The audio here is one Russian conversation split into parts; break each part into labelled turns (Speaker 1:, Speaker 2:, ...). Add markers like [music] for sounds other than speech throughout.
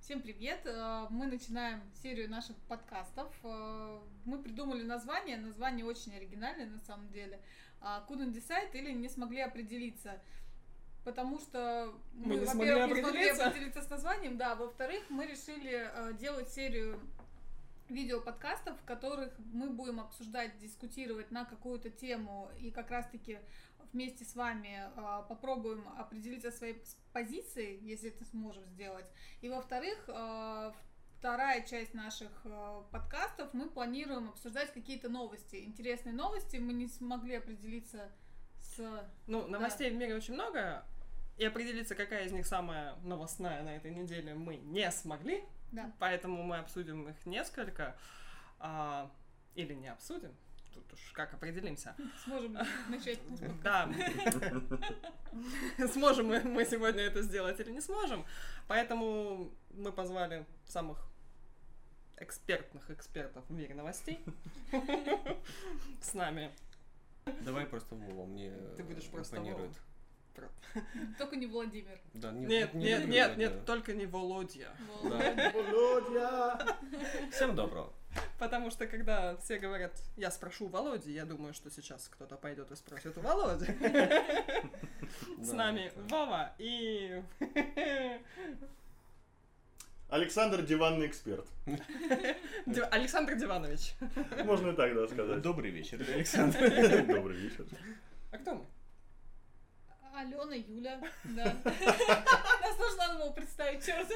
Speaker 1: Всем привет! Э, Мы начинаем серию наших подкастов. Э, Мы придумали название. Название очень оригинальное на самом деле. Couldn't decide или не смогли определиться. Потому что
Speaker 2: Мы не смогли
Speaker 1: во-первых, не смогли
Speaker 2: определиться.
Speaker 1: определиться с названием, да. Во-вторых, мы решили э, делать серию видео-подкастов, в которых мы будем обсуждать, дискутировать на какую-то тему и как раз-таки вместе с вами э, попробуем определиться своей пс- позицией, если это сможем сделать. И во-вторых, э, вторая часть наших э, подкастов мы планируем обсуждать какие-то новости, интересные новости. Мы не смогли определиться с...
Speaker 2: Ну, новостей в мире очень много, и определиться, какая из них самая новостная на этой неделе, мы не смогли,
Speaker 1: Да.
Speaker 2: поэтому мы обсудим их несколько, а, или не обсудим, тут уж как определимся.
Speaker 1: Сможем начать.
Speaker 2: Да, сможем мы, мы сегодня это сделать или не сможем, поэтому мы позвали самых экспертных экспертов в мире новостей с нами.
Speaker 3: Давай просто Вова, мне э,
Speaker 2: Ты будешь просто
Speaker 3: оппонирует.
Speaker 1: Только не Владимир.
Speaker 3: Да, не-
Speaker 2: Нет,
Speaker 3: не
Speaker 2: нет,
Speaker 3: люблю
Speaker 2: нет,
Speaker 3: я,
Speaker 2: нет,
Speaker 3: да.
Speaker 2: только не Володя.
Speaker 1: Володя.
Speaker 3: Всем доброго.
Speaker 2: Потому что когда все говорят, я спрошу у Володи, я думаю, что сейчас кто-то пойдет и спросит у
Speaker 3: [laughs]
Speaker 2: Володи. С
Speaker 3: Да,
Speaker 2: нами
Speaker 3: это-
Speaker 2: Вова и... [laughs]
Speaker 4: Александр диванный эксперт.
Speaker 2: Ди- Александр Диванович.
Speaker 4: Можно и так да, сказать.
Speaker 3: Добрый вечер, Александр.
Speaker 4: [laughs] Добрый вечер.
Speaker 2: А кто мы?
Speaker 1: Алена, Юля. Да. Нас тоже надо было представить, черт.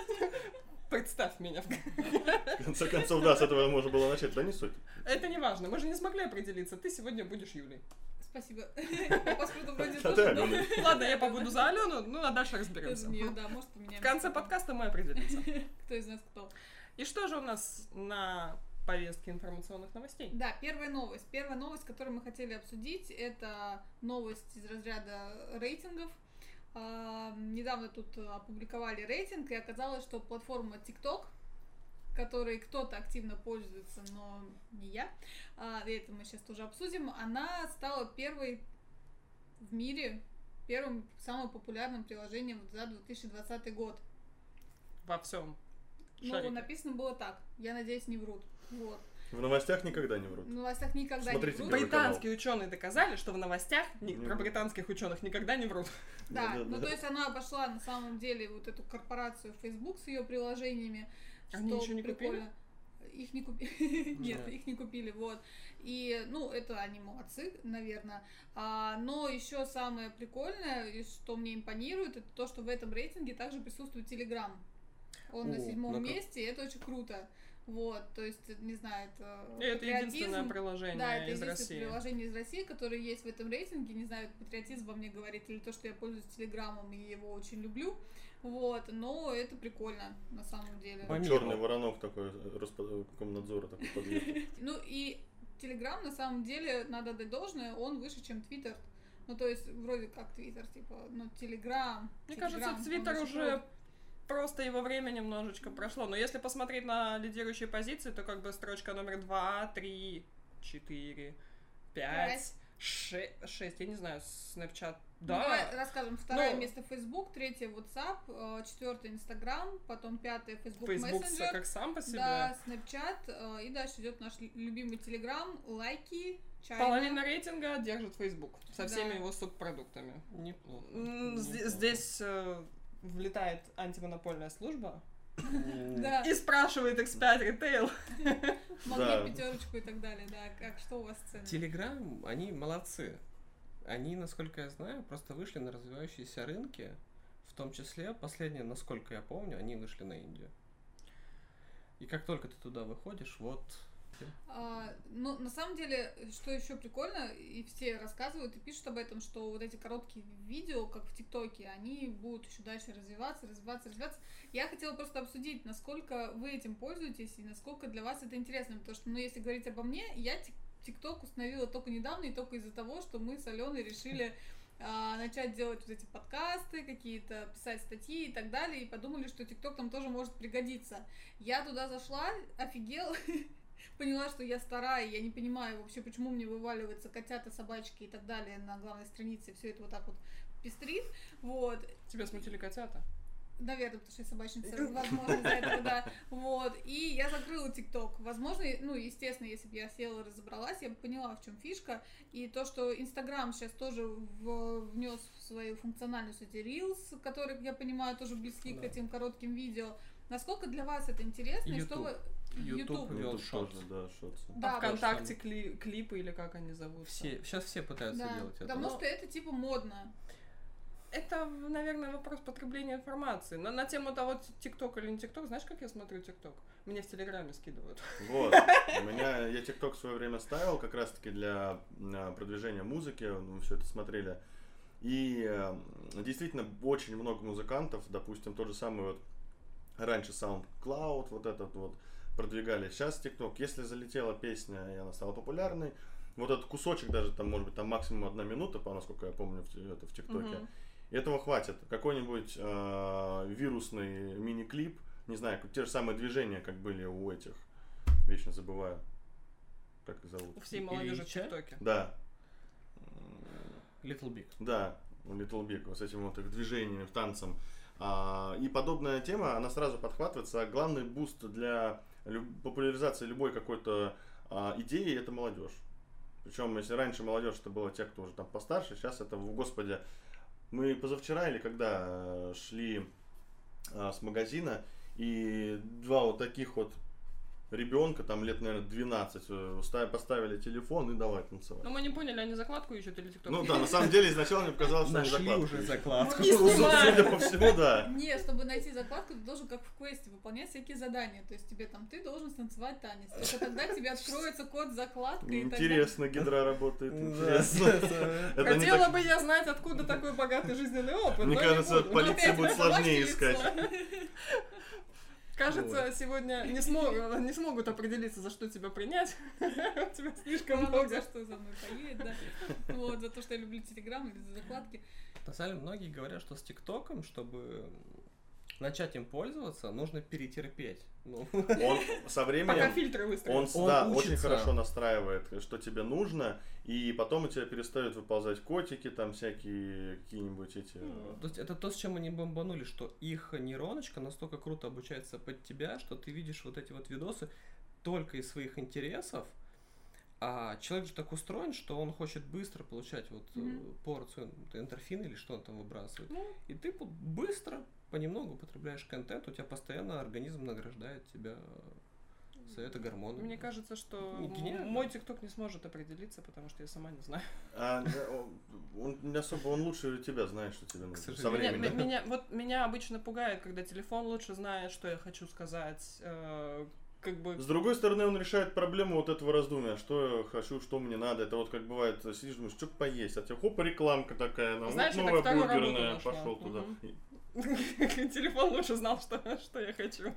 Speaker 2: Представь меня. [laughs]
Speaker 4: В конце концов, да, с этого можно было начать, да не суть.
Speaker 2: Это не важно, мы же не смогли определиться. Ты сегодня будешь Юлей.
Speaker 1: Спасибо. По паспорту вроде
Speaker 4: Да,
Speaker 1: тоже.
Speaker 4: да,
Speaker 1: но-
Speaker 2: Ладно, я побуду за Алену, ну а дальше
Speaker 1: без
Speaker 2: разберемся.
Speaker 1: нее, Да, может, поменяем.
Speaker 2: В конце подкаста мы определимся.
Speaker 1: Кто из нас кто?
Speaker 2: И что же у нас на повестке информационных новостей?
Speaker 1: Да, первая новость. Первая новость, которую мы хотели обсудить, это новость из разряда рейтингов. А, Недавно тут опубликовали рейтинг, и оказалось, что платформа TikTok, которой кто-то активно пользуется, но не я, а, и это мы сейчас тоже обсудим, она стала первой в мире, первым самым популярным приложением за 2020 год.
Speaker 2: Во всем.
Speaker 1: Ну,
Speaker 2: Шарике.
Speaker 1: написано было так. Я надеюсь, не врут. Вот.
Speaker 4: В новостях никогда не
Speaker 1: В
Speaker 4: врут.
Speaker 1: новостях никогда
Speaker 4: Смотрите,
Speaker 1: не врут.
Speaker 4: Первый
Speaker 2: Британские ученые доказали, что в новостях ни-
Speaker 4: Не
Speaker 2: про
Speaker 4: врут.
Speaker 2: британских ученых никогда не врут.
Speaker 1: Да,
Speaker 4: Да, да,
Speaker 1: ну
Speaker 4: да.
Speaker 1: то есть она обошла на самом деле вот эту корпорацию Facebook с ее приложениями.
Speaker 2: Они
Speaker 1: что
Speaker 2: еще не
Speaker 1: прикольно. Их не купили. [laughs] Нет,
Speaker 2: Да.
Speaker 1: их не купили, вот. И, ну, это они молодцы, наверное. но еще самое прикольное, и что мне импонирует, это то, что в этом рейтинге также присутствует Telegram. Он на
Speaker 3: О,
Speaker 1: седьмом
Speaker 3: ну как.
Speaker 1: месте, и это очень круто. Вот, то есть, не знаю, это...
Speaker 2: И это единственное
Speaker 1: патриотизм.
Speaker 2: приложение
Speaker 1: Да, это
Speaker 2: из
Speaker 1: единственное
Speaker 2: России.
Speaker 1: приложение из России, которое есть в этом рейтинге. Не знаю, патриотизм во мне говорит или то, что я пользуюсь Телеграмом и его очень люблю. Вот, но это прикольно на самом деле.
Speaker 3: По миру.
Speaker 4: Черный воронок такой, э, Роспо- Комнадзора такой подъехал.
Speaker 1: Ну и Телеграм на самом деле, надо дать должное, он выше, чем Твиттер. Ну, то есть, вроде как Твиттер, типа, ну, Телеграм.
Speaker 2: Мне
Speaker 1: Telegram,
Speaker 2: кажется,
Speaker 1: он
Speaker 2: Твиттер
Speaker 1: выше
Speaker 2: уже просто его время немножечко прошло. Но если посмотреть на лидирующие позиции, то как бы строчка номер 2, 3, 4, 5, 6, я не знаю, Snapchat,
Speaker 1: Ну, давай
Speaker 2: да.
Speaker 1: расскажем. Второе
Speaker 2: Но-
Speaker 1: место Facebook, третье WhatsApp, э, четвертое Instagram, потом пятое Ну, э, Facebook,
Speaker 2: Facebook
Speaker 1: Messenger.
Speaker 2: как сам по
Speaker 1: Да,
Speaker 2: себе.
Speaker 1: Snapchat. э, И дальше идет наш лю- любимый Telegram, лайки, чай.
Speaker 2: Половина рейтинга держит Facebook со
Speaker 1: Да.
Speaker 2: всеми его субпродуктами. ну,
Speaker 3: Неплохо.
Speaker 2: М, зде-
Speaker 3: неплохо.
Speaker 2: Здесь э, влетает антимонопольная служба
Speaker 3: М,
Speaker 1: Да,
Speaker 2: и спрашивает X5 Retail.
Speaker 1: могли
Speaker 4: Да.
Speaker 1: пятерочку и так далее, да. Как что у вас с ценами?
Speaker 3: Телеграм, они молодцы. Они, насколько я знаю, просто вышли на развивающиеся рынки, в том числе, последнее, насколько я помню, они вышли на Индию. И как только ты туда выходишь, вот...
Speaker 1: А, ну, на самом деле, что еще прикольно, и все рассказывают и пишут об этом, что вот эти короткие видео, как в ТикТоке, они будут еще дальше развиваться, развиваться, развиваться. Я хотела просто обсудить, насколько вы этим пользуетесь и насколько для вас это интересно, потому что, ну, если говорить обо мне, я Тик- ТикТок установила только недавно и только из-за того, что мы с Аленой решили [laughs] а, начать делать вот эти подкасты, какие-то писать статьи и так далее, и подумали, что ТикТок нам тоже может пригодиться. Я туда зашла, офигела, [laughs] поняла, что я старая, я не понимаю вообще, почему мне вываливаются котята, собачки и так далее на главной странице, все это вот так вот пестрит, вот,
Speaker 2: Тебя смутили котята?
Speaker 1: Наверное, потому что я собачница, возможно, из-за этого, да. Вот. И я закрыла ТикТок. Возможно, ну, естественно, если бы я села и разобралась, я бы поняла, в чем фишка. И то, что Инстаграм сейчас тоже в- внес в свою функциональность эти Reels, которые, я понимаю, тоже близки к
Speaker 3: Да.
Speaker 1: этим коротким видео. Насколько для вас это интересно? и что
Speaker 3: YouTube.
Speaker 1: вы...
Speaker 3: YouTube.
Speaker 4: Ну,
Speaker 3: Вел
Speaker 4: тут
Speaker 3: шорт.
Speaker 4: тоже, да, шорт.
Speaker 2: А
Speaker 1: Да,
Speaker 2: ВКонтакте кли- клипы или как они зовут?
Speaker 3: Все, сейчас все пытаются
Speaker 1: да.
Speaker 3: делать это.
Speaker 1: Потому
Speaker 2: Но-
Speaker 1: что это типа модно.
Speaker 2: Это, наверное, вопрос потребления информации. На, на тему того, ТикТок или не ТикТок, знаешь, как я смотрю ТикТок? Мне в Телеграме скидывают.
Speaker 4: Вот. У меня, я ТикТок в свое время ставил как раз-таки для э, продвижения музыки, ну, мы все это смотрели. И э, действительно очень много музыкантов, допустим, тот же самый вот раньше SoundCloud, вот этот вот продвигали. Сейчас ТикТок, если залетела песня, и она стала популярной, вот этот кусочек даже там, может быть, там максимум одна минута, по насколько я помню, в, т- это в ТикТоке.
Speaker 2: Мгм.
Speaker 4: И Этого хватит. Какой-нибудь э, вирусный мини-клип, не знаю, как- те же самые движения, как были у этих, вечно забываю, как их зовут.
Speaker 2: У всей
Speaker 3: Или
Speaker 2: молодежи в
Speaker 3: Ильича?
Speaker 2: ТикТоке.
Speaker 4: Да,
Speaker 3: Little Big.
Speaker 4: да, у Little Big, вот с этим вот их движением, танцем. А, и подобная тема, она сразу подхватывается. А Главный буст для люб- популяризации любой какой-то а, идеи – это молодежь. Причем, если раньше молодежь это было те, кто уже там постарше, сейчас это, в- господи, мы позавчера или когда э, шли э, с магазина, и два вот таких вот ребенка, там лет, наверное, 12, э, ста- поставили телефон и давай танцевать.
Speaker 2: Но мы не поняли, они закладку ищут или ТикТок?
Speaker 4: Ну да, на самом деле изначально мне показалось, что они
Speaker 3: Нашли
Speaker 4: закладку
Speaker 3: уже
Speaker 4: ищут.
Speaker 3: закладку.
Speaker 2: Не
Speaker 4: Ну,
Speaker 2: снимаю.
Speaker 4: [laughs] Судя по всему, да.
Speaker 1: Не, чтобы найти закладку, ты должен как в квесте выполнять всякие задания. То есть тебе там ты должен станцевать танец. Только тогда тебе откроется код закладка и так далее.
Speaker 4: Интересно, гидра работает.
Speaker 3: Да,
Speaker 4: Интересно.
Speaker 3: [laughs] да, да.
Speaker 4: Это
Speaker 2: [laughs]
Speaker 4: не
Speaker 2: Хотела
Speaker 4: так-
Speaker 2: бы я знать, откуда такой богатый жизненный опыт.
Speaker 4: Мне
Speaker 2: но не
Speaker 4: кажется,
Speaker 2: буду.
Speaker 1: Ну,
Speaker 4: полиция
Speaker 1: опять
Speaker 4: будет
Speaker 1: это ваше
Speaker 4: сложнее
Speaker 1: лицо.
Speaker 4: искать.
Speaker 2: Ну, Кажется, сегодня не, смог- не смогут определиться, за что тебя принять. [laughs] У тебя слишком [laughs]
Speaker 1: Мало
Speaker 2: много.
Speaker 1: за что за мной поедет, да. Вот, за то, что я люблю Телеграм или за закладки.
Speaker 3: На самом деле многие говорят, что с ТикТоком, чтобы начать им пользоваться, нужно перетерпеть. Ну, [laughs]
Speaker 4: Он со
Speaker 2: Пока
Speaker 4: временем...
Speaker 2: фильтры
Speaker 4: Он,
Speaker 2: выстроят.
Speaker 4: с-
Speaker 3: Он
Speaker 4: да,
Speaker 3: учится.
Speaker 4: очень хорошо настраивает, что тебе нужно, и потом у тебя перестают выползать котики, там всякие какие-нибудь эти...
Speaker 2: Ну,
Speaker 3: то есть это то, с чем они бомбанули, что их нейроночка настолько круто обучается под тебя, что ты видишь вот эти вот видосы только из своих интересов. А человек же так устроен, что он хочет быстро получать вот э,
Speaker 1: Мгм.
Speaker 3: порцию эндорфина или что он там выбрасывает.
Speaker 2: Ну.
Speaker 3: И ты пу- быстро, понемногу употребляешь контент, у тебя постоянно организм награждает тебя э, за это гормонами.
Speaker 2: Мне кажется, что
Speaker 3: Ну, гениально.
Speaker 2: м- мой ТикТок не сможет определиться, потому что я сама не знаю.
Speaker 4: А, да, он- он не особо, он лучше тебя знает, что тебе нужно. Со
Speaker 3: сожалению.
Speaker 2: Меня,
Speaker 4: временем.
Speaker 2: м- меня- вот меня обычно пугает, когда телефон лучше знает, что я хочу сказать. э, как бы
Speaker 4: С другой стороны, он решает проблему вот этого раздумия, что я хочу, что мне надо. Это вот как бывает, сидишь, думаешь, что поесть, а тебе хоп, рекламка такая, ну,
Speaker 2: Знаешь,
Speaker 4: вот
Speaker 2: я
Speaker 4: новая
Speaker 2: так вторую
Speaker 4: бургерная,
Speaker 2: работу нашла.
Speaker 4: пошел туда.
Speaker 2: Мгм.
Speaker 4: И-
Speaker 2: [laughs] телефон лучше знал, что, что я хочу.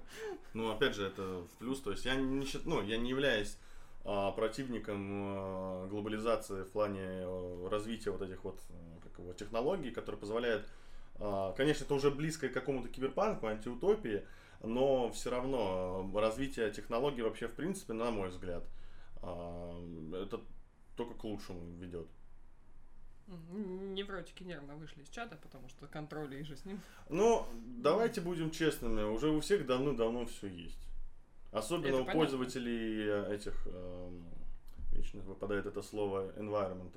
Speaker 4: Ну, опять же, это в плюс, то есть я не, счит- ну, я не являюсь а, противником а, глобализации в плане э, развития вот этих вот э, как его, технологий, которые позволяют, а, конечно, это уже близко к какому-то киберпанку, антиутопии, но все равно э, развитие технологий вообще в принципе, на мой взгляд, а, это только к лучшему ведет.
Speaker 2: М, Невротики нервно вышли из чата, потому что контроля и же с ним.
Speaker 4: Ну, давайте будем честными, уже у всех давно-давно все есть. Особенно
Speaker 2: Это
Speaker 4: у
Speaker 2: понятно.
Speaker 4: пользователей э, этих, эм, вечно выпадает это слово, environment.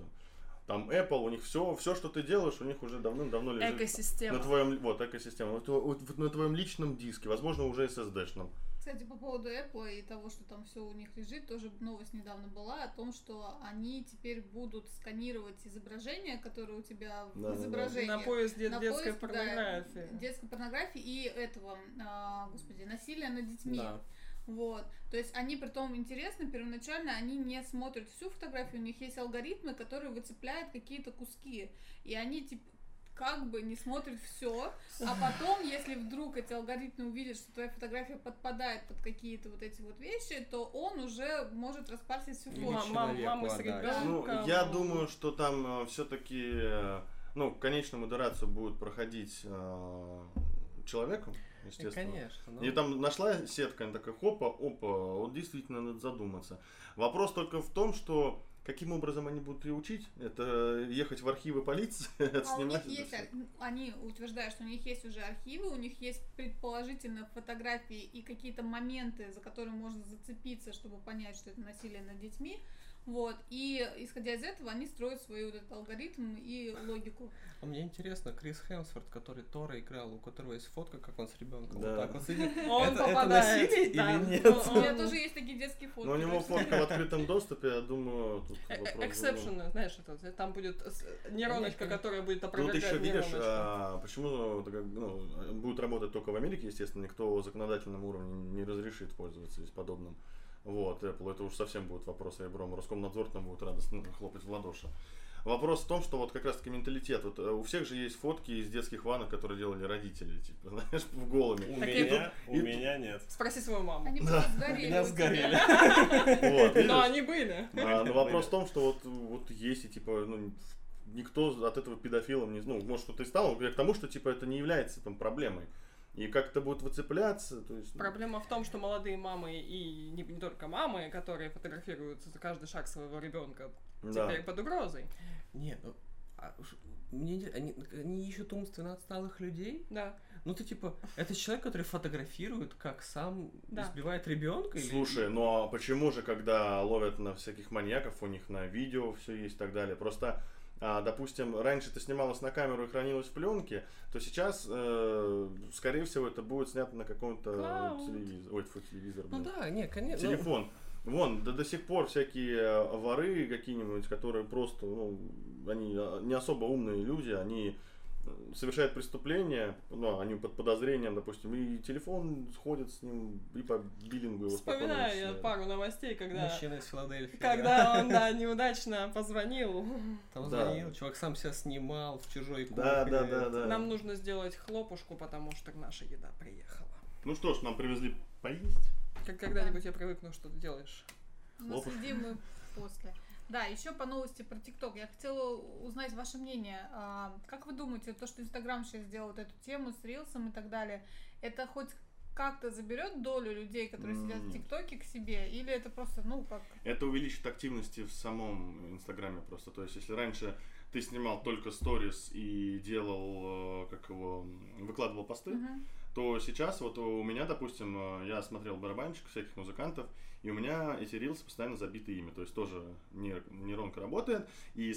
Speaker 4: Там Apple, у них все, все, что ты делаешь, у них уже давным-давно лежит.
Speaker 2: Экосистема.
Speaker 4: Э, На твоем, вот, экосистема. Вот, вот- вот на твоем личном диске, возможно, уже SSD-шном.
Speaker 1: Кстати, по поводу Apple и того, что там все у них лежит, тоже новость недавно была о том, что они теперь будут сканировать изображения, которые у тебя
Speaker 4: Да-да-да.
Speaker 1: в изображении.
Speaker 2: На поезд де-
Speaker 1: на
Speaker 2: детской
Speaker 1: поиск, да,
Speaker 2: порнографии.
Speaker 1: детской порнографии и этого, а, господи, насилия над детьми.
Speaker 3: Да.
Speaker 1: Вот. То есть они при том интересно, первоначально они не смотрят всю фотографию, у них есть алгоритмы, которые выцепляют какие-то куски. И они типа как бы не смотрят все, а потом, если вдруг эти алгоритмы увидят, что твоя фотография подпадает под какие-то вот эти вот вещи, то он уже может распарсить всю
Speaker 3: Или
Speaker 2: Ма-
Speaker 1: фотку.
Speaker 3: Мама.
Speaker 2: мам-
Speaker 3: человеку
Speaker 2: мамы с
Speaker 3: отдать.
Speaker 2: ребенком.
Speaker 4: Ну, я думаю, что там все-таки, ну, конечно, модерацию будет проходить э, человеком,
Speaker 3: И,
Speaker 4: естественно.
Speaker 3: конечно. ну,
Speaker 4: И там нашла сетка, она такая, хопа, опа, вот действительно надо задуматься. Вопрос только в том, что Каким образом они будут ее учить? Это ехать в архивы полиции, [laughs]
Speaker 1: А у них
Speaker 4: отснимать это
Speaker 1: есть,
Speaker 4: всё?
Speaker 1: ар- они утверждают, что у них есть уже архивы, у них есть предположительно фотографии и какие-то моменты, за которые можно зацепиться, чтобы понять, что это насилие над детьми. Вот. И исходя из этого, они строят свой вот этот алгоритм и логику.
Speaker 3: А мне интересно, Крис Хемсворт, который Тора играл, у которого есть фотка, как он с ребенком вот
Speaker 4: Да.
Speaker 3: так вот сидит.
Speaker 2: Он
Speaker 3: Это- это
Speaker 2: попадает.
Speaker 3: насилие
Speaker 2: да. Ну,
Speaker 3: или нет?
Speaker 1: У
Speaker 2: Он-
Speaker 1: меня тоже есть такие детские фотки.
Speaker 4: Но Ну, у него
Speaker 1: так что-
Speaker 4: фотка в открытом доступе, я думаю, тут
Speaker 2: Э,
Speaker 4: вопрос.
Speaker 2: э, Эксепшены, знаешь, это, там будет с- э, нейроночка,
Speaker 3: Конечно.
Speaker 2: которая будет
Speaker 4: Ну, вот
Speaker 2: опровергать
Speaker 4: еще видишь,
Speaker 2: нейроночку.
Speaker 4: а, почему это как, ну, будут работать только в Америке, естественно, никто законодательном уровне не разрешит пользоваться здесь подобным. Вот, Apple, это уж совсем будет вопрос ребром. Роскомнадзор там будет радостно хлопать в ладоши. Вопрос в том, что вот как раз таки менталитет. Вот э, у всех же есть фотки из детских ванок, которые делали родители, типа, [laughs] знаешь,
Speaker 3: [laughs]
Speaker 4: в голыми.
Speaker 5: У
Speaker 2: Так и
Speaker 5: меня,
Speaker 4: тут-
Speaker 5: у
Speaker 4: и тут-
Speaker 5: меня нет.
Speaker 2: Спроси свою маму.
Speaker 1: Они просто сгорели.
Speaker 5: Меня
Speaker 1: у тебя.
Speaker 5: сгорели.
Speaker 4: Вот, видишь?
Speaker 2: Но Ну, они были.
Speaker 4: А, ну, вопрос в том, что вот, вот есть и типа, ну, никто от этого педофилом не... Ну, может, что-то и стал, но я к тому, что типа это не является там проблемой. И как это будет выцепляться, то есть... ну,
Speaker 2: Проблема в том, что молодые мамы и не, не только мамы, которые фотографируют за каждый шаг своего ребенка,
Speaker 4: да.
Speaker 2: теперь под угрозой.
Speaker 3: Нет, ну, а уж мне интерес- они, они ищут умственно отсталых людей?
Speaker 2: Да.
Speaker 3: Ну ты типа, это человек, который фотографирует, как сам
Speaker 2: Да.
Speaker 3: избивает ребенка? или-
Speaker 4: Слушай, ну а почему же, когда ловят на всяких маньяков, у них на видео все есть и так далее? Просто, а, допустим, раньше это снималось на камеру и хранилось в пленке, то сейчас, э, скорее всего, это будет снято на каком-то
Speaker 2: Клауд.
Speaker 4: телевизоре. Ой, тьфу, телевизор.
Speaker 3: Ну
Speaker 4: блин.
Speaker 3: да, не, конечно. ну,
Speaker 4: телефон. Вон, да до сих пор всякие э, воры какие-нибудь, которые просто, ну, они э, не особо умные люди, они э, совершают преступления, ну, они под подозрением, допустим, и телефон сходит с ним, и по биллингу его спокойно
Speaker 2: Вспоминаю я
Speaker 4: вычисляют.
Speaker 2: пару новостей, когда...
Speaker 3: Мужчина из Филадельфии. да.
Speaker 2: Когда он, да, неудачно позвонил.
Speaker 3: Там
Speaker 4: Да.
Speaker 3: звонил, чувак сам себя снимал в чужой кухне.
Speaker 4: Да, да, да, да.
Speaker 2: Нам ну- нужно сделать хлопушку, потому что наша еда приехала.
Speaker 4: Ну что ж, нам привезли поесть.
Speaker 2: Как когда-нибудь я привыкну, что ты делаешь.
Speaker 1: Но
Speaker 4: Лопушка.
Speaker 1: Ну, следим мы после. Да, еще по новости про ТикТок. Я хотела узнать ваше мнение. А, Как вы думаете, то, что Инстаграм сейчас сделал вот эту тему с рилсом и так далее, это хоть как-то заберет долю людей, которые сидят в
Speaker 4: Нет.
Speaker 1: ТикТоке к себе, или это просто, ну, как...
Speaker 4: Это увеличит активности в самом Инстаграме просто. То есть, если раньше ты снимал только сторис и делал, э, как его, м, выкладывал посты,
Speaker 1: Мгм.
Speaker 4: то сейчас вот у меня, допустим, э, я смотрел барабанщиков, всяких музыкантов, и у меня эти рилсы постоянно забиты ими, то есть тоже нейр- нейронка работает, и,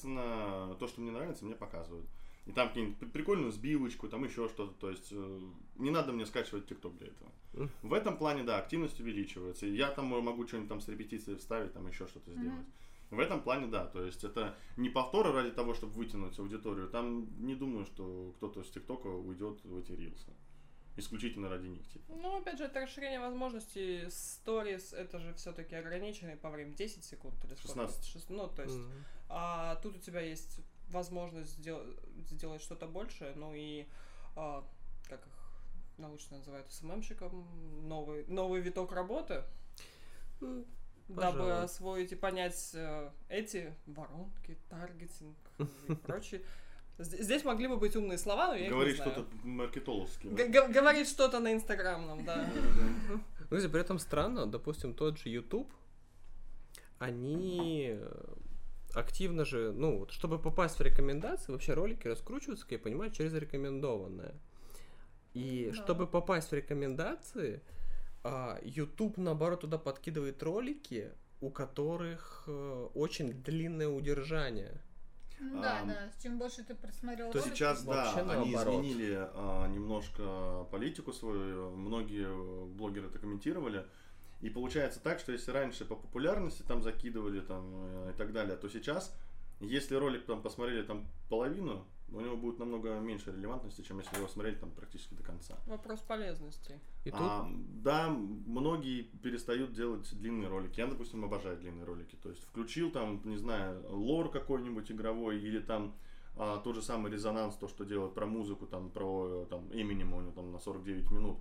Speaker 4: соответственно, то, что мне нравится, мне показывают. И там какие-нибудь при- прикольную сбивочку, там еще что-то, то есть э, не надо мне скачивать ТикТок для этого.
Speaker 3: Мгм.
Speaker 4: В этом плане, да, активность увеличивается, и я там э, могу что-нибудь там с репетицией вставить, там еще что-то
Speaker 1: Мгм.
Speaker 4: сделать. В этом плане, да, то есть это не повторы ради того, чтобы вытянуть аудиторию, там не думаю, что кто-то с ТикТока уйдет в эти рилсы исключительно ради них, типа.
Speaker 2: Ну, опять же, это расширение возможностей. Stories это же все-таки ограниченный по времени 10 секунд или сколько?
Speaker 4: 16.
Speaker 2: Шест- Ну, то есть,
Speaker 3: Мгм.
Speaker 2: а тут у тебя есть возможность сдел- сделать что-то большее, ну и а, как их научно называют СММщиком, новый, новый виток работы,
Speaker 3: Ну,
Speaker 2: дабы
Speaker 3: Пожалуй.
Speaker 2: освоить и понять э, эти воронки,
Speaker 3: [laughs]
Speaker 2: таргетинг и прочее. З- Здесь могли бы быть умные слова, но Ну, я их не
Speaker 4: Говорит
Speaker 2: знаю.
Speaker 4: что-то маркетологское.
Speaker 2: Г- г- Говорит что-то на инстаграмном, да.
Speaker 4: [laughs]
Speaker 3: Ну, если при этом странно, допустим, тот же YouTube, они э, активно же, ну, вот, чтобы попасть в рекомендации, вообще ролики раскручиваются, как я понимаю, через рекомендованное. И
Speaker 1: Да.
Speaker 3: чтобы попасть в рекомендации, а, YouTube, наоборот, туда подкидывает ролики, у которых э, очень длинное удержание.
Speaker 1: Ну Да,
Speaker 4: Ам.
Speaker 1: да, чем больше ты просмотрел
Speaker 4: То
Speaker 1: ролик,
Speaker 4: сейчас, да,
Speaker 3: Вообще
Speaker 4: они
Speaker 3: наоборот.
Speaker 4: изменили а, немножко политику свою, многие э, блогеры это комментировали. И получается так, что если раньше по популярности там закидывали там э, и так далее, то сейчас, если ролик там посмотрели там половину, у него будет намного меньше релевантности, чем если его смотреть там практически до конца.
Speaker 2: Вопрос полезности.
Speaker 3: И тут
Speaker 4: А, да, многие перестают делать длинные ролики. Я, допустим, обожаю длинные ролики. То есть включил там, не знаю, лор какой-нибудь игровой или там а, тот же самый резонанс, то, что делают про музыку, там, про э, там, Эминема у него там на 49 минут.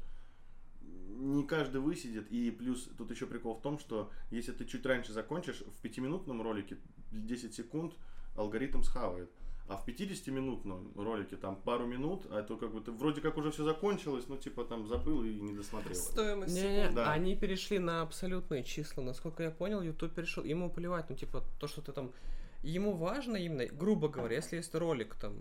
Speaker 4: Не каждый высидит, и плюс тут еще прикол в том, что если ты чуть раньше закончишь, в пятиминутном ролике 10 секунд алгоритм схавает. А в 50-минутном ролике там пару минут, а то как бы ты вроде как уже все закончилось, но типа там забыл и не досмотрел.
Speaker 2: Стоимость
Speaker 3: Не, не,
Speaker 2: секунд.
Speaker 4: Да.
Speaker 3: они перешли на абсолютные числа. Насколько я понял, YouTube перешел. Ему плевать, ну, типа, то, что ты там... Ему важно именно, грубо говоря, если есть ролик там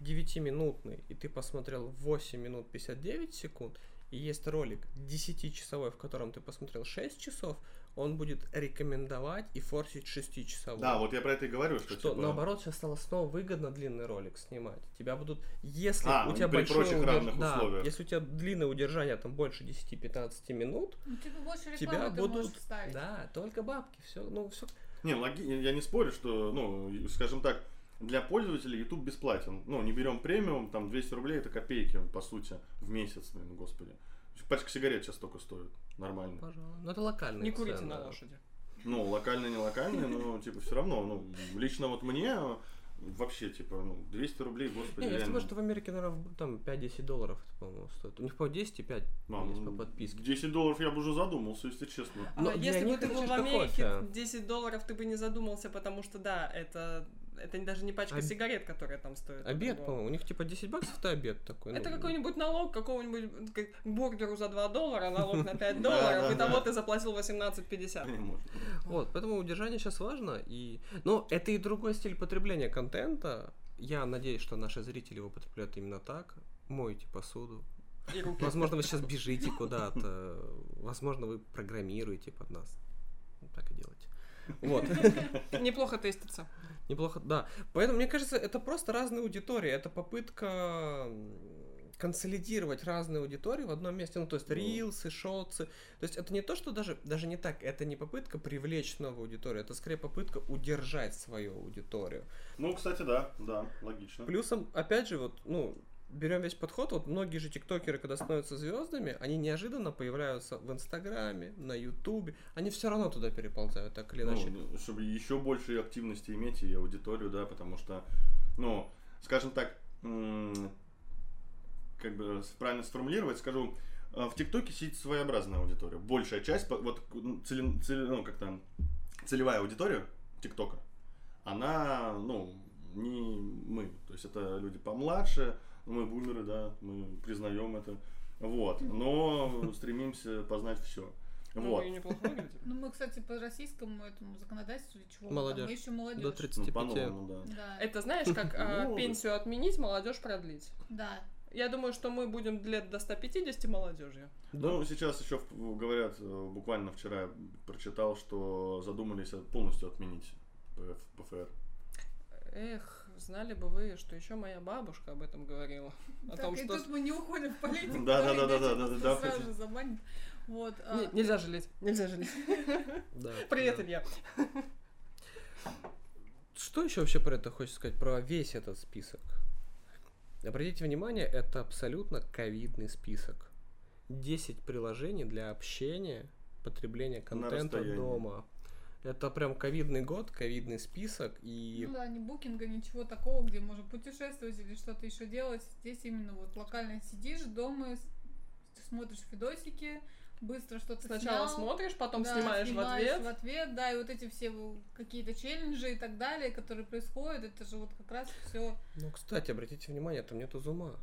Speaker 3: 9-минутный, и ты посмотрел 8 минут 59 секунд, и есть ролик 10-часовой, в котором ты посмотрел 6 часов, он будет рекомендовать и форсить 6-часовой.
Speaker 4: Да, вот я про это и говорю, что,
Speaker 3: Что,
Speaker 4: типа,
Speaker 3: наоборот, сейчас стало снова выгодно длинный ролик снимать. Тебя будут, если
Speaker 4: А,
Speaker 3: у
Speaker 4: ну,
Speaker 3: тебя
Speaker 4: при
Speaker 3: большое
Speaker 4: прочих
Speaker 3: удерж-
Speaker 4: равных
Speaker 3: да,
Speaker 4: условиях.
Speaker 3: если у тебя длинное удержание там больше 10-15 минут,
Speaker 1: Ну, типа больше рекламы
Speaker 3: тебя
Speaker 1: ты
Speaker 3: будут,
Speaker 1: можешь вставить.
Speaker 3: да, только бабки, все, ну все.
Speaker 4: Не, логи- я не спорю, что, ну, и- скажем так, для пользователей YouTube бесплатен. Ну, не берем премиум, там 200 рублей это копейки, по сути, в месяц, блин, господи. Пачка сигарет сейчас только стоит, нормально.
Speaker 3: Пожалуй. Ну это локальные
Speaker 2: Не курите
Speaker 3: цены.
Speaker 2: на лошади.
Speaker 4: Ну, локальные, не локальные, но, типа, все равно, ну, лично вот мне э, вообще, типа, ну, 200 рублей, господи,
Speaker 3: Не, я
Speaker 4: реально.
Speaker 3: знаю, что в Америке, наверное, в- там 5-10 долларов, это, по-моему, стоит. У них, по-моему, 10 и 5
Speaker 4: Мам,
Speaker 3: есть по подписке.
Speaker 4: 10 долларов я бы уже задумался, если честно.
Speaker 2: А
Speaker 3: Но
Speaker 2: если
Speaker 3: для
Speaker 2: бы
Speaker 3: них
Speaker 2: ты
Speaker 3: это
Speaker 2: был в
Speaker 3: чисто
Speaker 2: Америке,
Speaker 3: кофе.
Speaker 2: 10 долларов ты бы не задумался, потому что да, это, это даже не пачка
Speaker 3: Об-
Speaker 2: сигарет, которая там стоит. это
Speaker 3: Обед,
Speaker 2: другое.
Speaker 3: по-моему, у них типа 10 баксов, это обед такой.
Speaker 2: Это
Speaker 3: ну,
Speaker 2: какой-нибудь налог какого-нибудь как, бургеру за 2 доллара, налог на
Speaker 3: [laughs]
Speaker 2: 5
Speaker 4: Да,
Speaker 2: долларов,
Speaker 4: да,
Speaker 2: и того
Speaker 4: да.
Speaker 2: ты заплатил
Speaker 3: А,
Speaker 2: 18,50.
Speaker 4: Не может.
Speaker 3: Вот, поэтому удержание сейчас важно. И... Но это и другой стиль потребления контента. Я надеюсь, что наши зрители его потребляют именно так. Мойте посуду.
Speaker 2: И руки.
Speaker 3: Возможно, вы сейчас бежите куда-то. Возможно, вы программируете под нас. Ну, Так и делайте. Вот.
Speaker 2: Неплохо тестится.
Speaker 3: Неплохо, да. Поэтому, мне кажется, это просто разные аудитории. Это попытка м, консолидировать разные аудитории в одном месте. Ну, то есть
Speaker 4: Ну.
Speaker 3: рилсы, шоусы. То есть это не то, что даже, даже не так. Это не попытка привлечь новую аудиторию. Это скорее попытка удержать свою аудиторию.
Speaker 4: Ну, кстати, да, да, логично.
Speaker 3: Плюсом, опять же, вот, ну, берем весь подход. Вот многие же тиктокеры, когда становятся звездами, они неожиданно появляются в Инстаграме, на Ютубе. Они все равно туда переползают, так или иначе.
Speaker 4: Ну, чтобы еще больше активности иметь и аудиторию, да, потому что, ну, скажем так, м, как бы с- правильно сформулировать, скажу, э, в ТикТоке сидит своеобразная аудитория. Большая часть, по- вот ну, целен- целе- ну, как там, целевая аудитория ТикТока, она, ну, не мы. То есть это люди помладше, мы бумеры, да, мы признаем это.
Speaker 2: [laughs]
Speaker 4: Вот, но стремимся познать все.
Speaker 2: Ну,
Speaker 4: Вот.
Speaker 2: и неплохо выглядит.
Speaker 1: Ну, мы, кстати, по российскому этому законодательству или чего,
Speaker 3: Молодежь.
Speaker 1: мы еще
Speaker 3: До
Speaker 1: молодежь.
Speaker 4: Ну,
Speaker 3: 35.
Speaker 4: по-новому, да.
Speaker 1: Да.
Speaker 2: Это знаешь, как
Speaker 3: [laughs]
Speaker 2: а,
Speaker 4: Ну,
Speaker 2: пенсию отменить, молодежь продлить.
Speaker 1: да.
Speaker 2: Я думаю, что мы будем лет до 150 молодежью.
Speaker 3: Да.
Speaker 4: Ну, сейчас еще в- говорят, э, буквально вчера я прочитал, что задумались от- полностью отменить ПФ ПФР.
Speaker 2: Эх, знали бы вы, что еще моя бабушка об этом говорила. О
Speaker 1: так,
Speaker 2: том,
Speaker 1: и
Speaker 2: что...
Speaker 1: тут мы не уходим
Speaker 2: [laughs]
Speaker 1: в политику. давайте
Speaker 4: Да-да-да-да-да-да-да, да, Ну,
Speaker 1: нас сразу
Speaker 4: хоть-
Speaker 1: же забанят. Вот. а,
Speaker 2: Не- нельзя жалеть, нельзя жалеть.
Speaker 3: Да,
Speaker 2: Привет,
Speaker 3: да.
Speaker 2: Илья.
Speaker 3: Что еще вообще про это хочется сказать, про весь этот список? Обратите внимание, это абсолютно ковидный список. 10 приложений для общения, потребления контента
Speaker 4: расстоянии.
Speaker 3: дома. Это прям ковидный год, ковидный список, и
Speaker 1: Ну да, ни букинга, ничего такого, где можно путешествовать или что-то еще делать. Здесь именно вот локально сидишь дома, с- смотришь видосики, быстро что-то
Speaker 2: Сначала
Speaker 1: снял,
Speaker 2: смотришь, потом
Speaker 1: да,
Speaker 2: снимаешь, в ответ.
Speaker 1: ответ, да, и вот эти все в- какие-то челленджи и так далее, которые происходят, это же вот как раз все
Speaker 3: Ну, кстати, обратите внимание, там нету зума.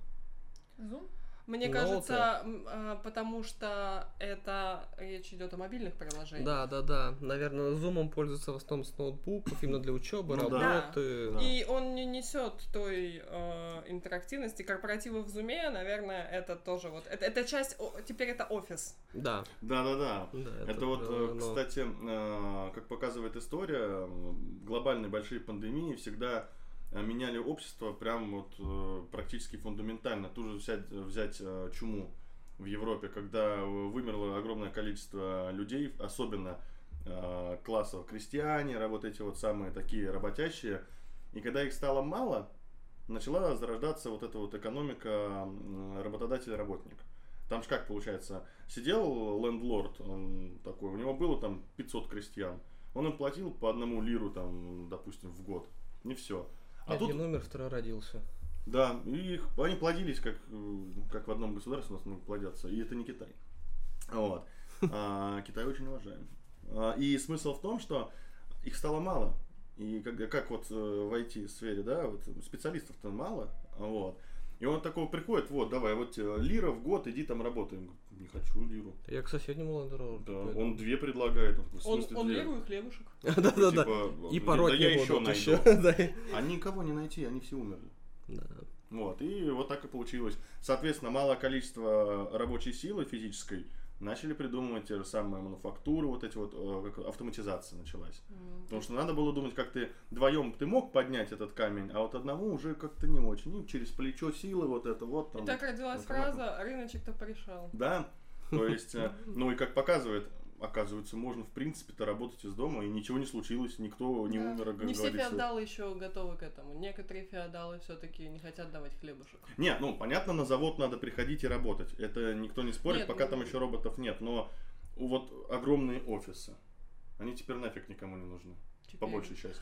Speaker 1: зум.
Speaker 2: Мне
Speaker 4: Ну,
Speaker 3: Ноута.
Speaker 2: кажется, м, а, потому что это речь идет о мобильных приложениях.
Speaker 3: Да, да, да. Наверное, зумом пользуются в основном с ноутбуков, именно для учебы,
Speaker 4: Ну
Speaker 2: да.
Speaker 3: работы.
Speaker 4: Да.
Speaker 2: И он не несет той э, интерактивности. Корпоративы в зуме, наверное, это тоже вот. Это, это часть. о- теперь это офис.
Speaker 3: Да.
Speaker 4: Да-да-да.
Speaker 3: да,
Speaker 4: Это, вот,
Speaker 3: прям
Speaker 4: э,
Speaker 3: оно.
Speaker 4: кстати, э, как показывает история, м, глобальные большие пандемии всегда э, меняли общество прям вот э, практически фундаментально. Ту же взять, взять э, чуму в Европе, когда э, вымерло огромное количество людей, особенно э, классов крестьяне, ра- вот эти вот самые такие работящие. И когда их стало мало, начала зарождаться вот эта вот экономика м, работодатель-работник. Там же как получается, сидел лендлорд, он такой, у него было там 500 крестьян, он им платил по одному лиру там, допустим, в год, не все. А тут,
Speaker 3: Один умер, второй родился.
Speaker 4: да, и их, они плодились, как, э, как в одном государстве у нас ну, плодятся, и это не Китай. Вот. А, Китай очень уважаем. А, И смысл в том, что их стало мало. И как, как вот э, в IT-сфере, да, вот специалистов-то мало, вот. И он такой приходит, вот, давай, вот тебе лира в год, иди там работай. Он говорит, не хочу лиру.
Speaker 3: Я к соседнему ландрову.
Speaker 4: Да, он две предлагает. Он, такой, в
Speaker 2: Он,
Speaker 4: смысле
Speaker 2: он
Speaker 4: две?
Speaker 2: левый хлебушек.
Speaker 4: Ну,
Speaker 3: Да-да-да.
Speaker 4: типа,
Speaker 3: И
Speaker 4: да
Speaker 3: пороть
Speaker 4: я
Speaker 3: не
Speaker 4: еще
Speaker 3: будут
Speaker 4: найду.
Speaker 3: еще. [laughs] да.
Speaker 4: А никого не найти, они все умерли.
Speaker 3: Да.
Speaker 4: Вот, и вот так и получилось. Соответственно, малое количество рабочей силы физической начали придумывать те же самые мануфактуры, вот эти вот, э, как автоматизация началась. Потому что надо было думать, как ты вдвоем ты мог поднять этот камень, а вот одному уже как-то не очень. И через плечо силы вот это вот.
Speaker 2: И
Speaker 4: там.
Speaker 2: так родилась
Speaker 4: вот она
Speaker 2: фраза «рыночек-то порешал».
Speaker 4: Да, то есть, э, ну и как показывает, оказывается, можно в принципе-то работать из дома, и ничего не случилось, никто не
Speaker 1: Да.
Speaker 4: умер, как
Speaker 2: Не все
Speaker 4: говорится.
Speaker 2: феодалы еще готовы к этому. Некоторые феодалы все-таки не хотят давать хлебушек.
Speaker 4: Не, ну понятно, на завод надо приходить и работать. Это никто не спорит,
Speaker 2: Нет,
Speaker 4: пока
Speaker 2: ну-
Speaker 4: там еще роботов нет. Но вот огромные офисы. Они теперь нафиг никому не нужны,
Speaker 2: Теперь-
Speaker 4: по большей части.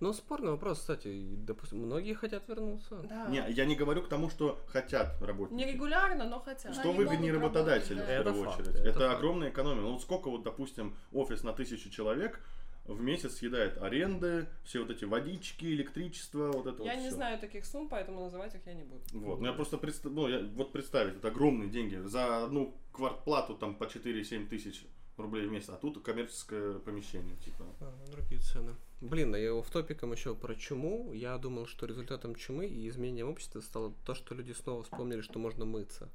Speaker 3: Ну, спорный вопрос, кстати. И, Допустим, многие хотят вернуться.
Speaker 2: Да.
Speaker 4: Не, а я не говорю к тому, что хотят работать.
Speaker 2: Нерегулярно, но хотят.
Speaker 1: Они
Speaker 4: Что выгоднее
Speaker 1: могут
Speaker 4: работодателю,
Speaker 1: работать,
Speaker 4: в
Speaker 3: да.
Speaker 4: первую
Speaker 3: Это факт,
Speaker 4: очередь?
Speaker 3: это
Speaker 4: Это,
Speaker 3: факт.
Speaker 4: огромная экономия. Ну, вот сколько вот, допустим, офис на тысячу человек в месяц съедает аренды, все вот эти водички, электричество, вот это
Speaker 2: Я
Speaker 4: вот
Speaker 2: не
Speaker 4: всё.
Speaker 2: знаю таких сумм, поэтому называть их я не буду.
Speaker 4: Вот, ну я просто предста- ну, я, вот представить, это огромные деньги. За одну квартплату там по 4-7 тысяч рублей в месяц, а тут коммерческое помещение, типа.
Speaker 3: А, ну, другие цены. Блин, а я в топиком еще про чуму. Я думал, что результатом чумы и изменением общества стало то, что люди снова вспомнили, что можно мыться.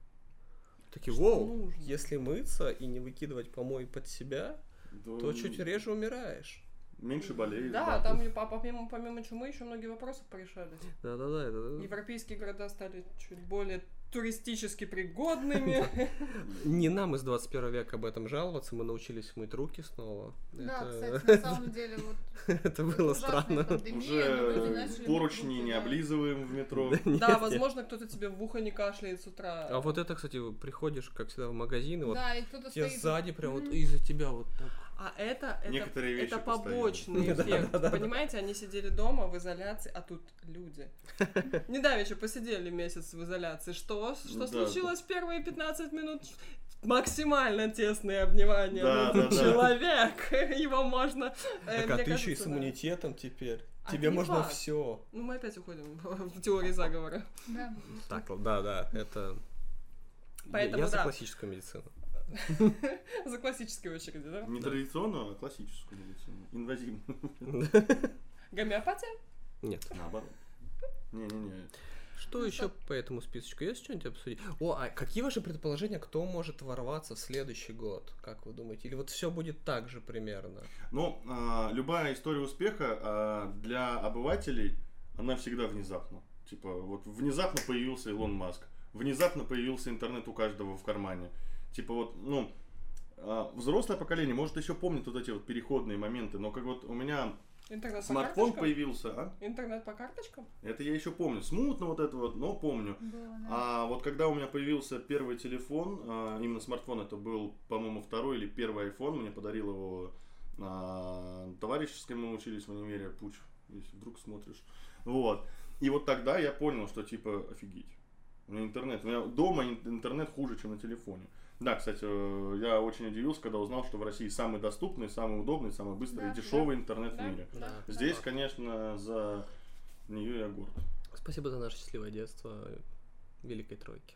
Speaker 3: Такие,
Speaker 2: Что
Speaker 3: воу,
Speaker 2: нужно?»
Speaker 3: если мыться и не выкидывать помой под себя,
Speaker 4: Да,
Speaker 3: то чуть реже умираешь.
Speaker 4: Меньше болеет.
Speaker 2: Да, там и по- помимо, помимо чумы еще многие вопросы порешались.
Speaker 3: Да-да-да, это...
Speaker 2: Европейские города стали чуть более туристически
Speaker 4: [laughs]
Speaker 2: пригодными.
Speaker 3: Не нам из 21 века об этом жаловаться, мы научились мыть руки снова.
Speaker 1: Да,
Speaker 2: [laughs]
Speaker 3: это...
Speaker 1: кстати, на самом деле, вот
Speaker 3: [laughs] это было странно.
Speaker 4: Уже поручни не облизываем в метро.
Speaker 2: Да, возможно, кто-то тебе в ухо не кашляет с утра.
Speaker 3: А вот это, кстати, приходишь, как всегда, в магазин, и вот
Speaker 1: Да, и кто-то
Speaker 3: тебе
Speaker 1: стоит.
Speaker 3: сзади прям вот
Speaker 1: М.
Speaker 3: из-за тебя вот так.
Speaker 2: А это, это,
Speaker 4: Некоторые вещи
Speaker 2: это
Speaker 4: постоянно.
Speaker 3: [laughs]
Speaker 2: побочный эффект.
Speaker 3: Да-да-да.
Speaker 2: Понимаете, они сидели дома в изоляции, а тут
Speaker 3: [laughs]
Speaker 2: люди. Недавеча посидели месяц в изоляции. Что? Что
Speaker 4: Да.
Speaker 2: случилось в первые 15 минут? Максимально тесные обнимания.
Speaker 4: Да,
Speaker 2: Ну,
Speaker 4: да, да.
Speaker 2: Человек, [laughs] его можно... э,
Speaker 3: Так, а
Speaker 2: мне
Speaker 3: ты еще и
Speaker 2: кажется,
Speaker 3: с
Speaker 2: да.
Speaker 3: иммунитетом теперь.
Speaker 2: А
Speaker 3: Тебе
Speaker 2: не
Speaker 3: можно
Speaker 2: факт.
Speaker 3: все.
Speaker 2: Ну, мы опять уходим [laughs] в теории заговора.
Speaker 1: Да.
Speaker 3: Так, да, да, это.
Speaker 2: Поэтому
Speaker 3: я за
Speaker 2: да.
Speaker 3: классическую медицину. [laughs]
Speaker 2: За классической очереди, да?
Speaker 4: Не традиционную, а классическую медицину. Инвазивную.
Speaker 2: Гомеопатия?
Speaker 3: Нет.
Speaker 4: Наоборот. Не-не-не.
Speaker 3: Что
Speaker 2: Ну
Speaker 3: еще по этому списочку? Есть что-нибудь обсудить? О, а какие ваши предположения, кто может ворваться в следующий год? Как вы думаете? Или вот все будет так же примерно?
Speaker 4: Но а, любая история успеха а, для обывателей, она всегда внезапна. Типа, вот внезапно появился Илон Маск, внезапно появился интернет у каждого в кармане. Типа вот, ну, а, взрослое поколение может еще помнит вот эти вот переходные моменты, но как вот у меня
Speaker 2: Интернет по
Speaker 4: смартфон
Speaker 2: карточкам?
Speaker 4: появился, а?
Speaker 2: Интернет по карточкам?
Speaker 4: Это я еще помню. Смутно вот это вот, но помню.
Speaker 1: Было, да.
Speaker 4: А вот когда у меня появился первый телефон, а, именно смартфон, это был, по-моему, второй или первый iPhone, мне подарил его а, товарищ, с кем мы учились в универе, Пуч, если вдруг смотришь. Вот. И вот тогда я понял, что типа, офигеть. У меня интернет. У меня дома ин- интернет хуже, чем на телефоне. Да, кстати, э, я очень удивился, когда узнал, что в России самый доступный, самый удобный, самый быстрый
Speaker 1: Да,
Speaker 4: и дешевый интернет в
Speaker 2: Да,
Speaker 4: мире.
Speaker 2: да.
Speaker 3: Да.
Speaker 4: Здесь, конечно, за нее я горд.
Speaker 3: Спасибо за наше счастливое детство Великой Тройки.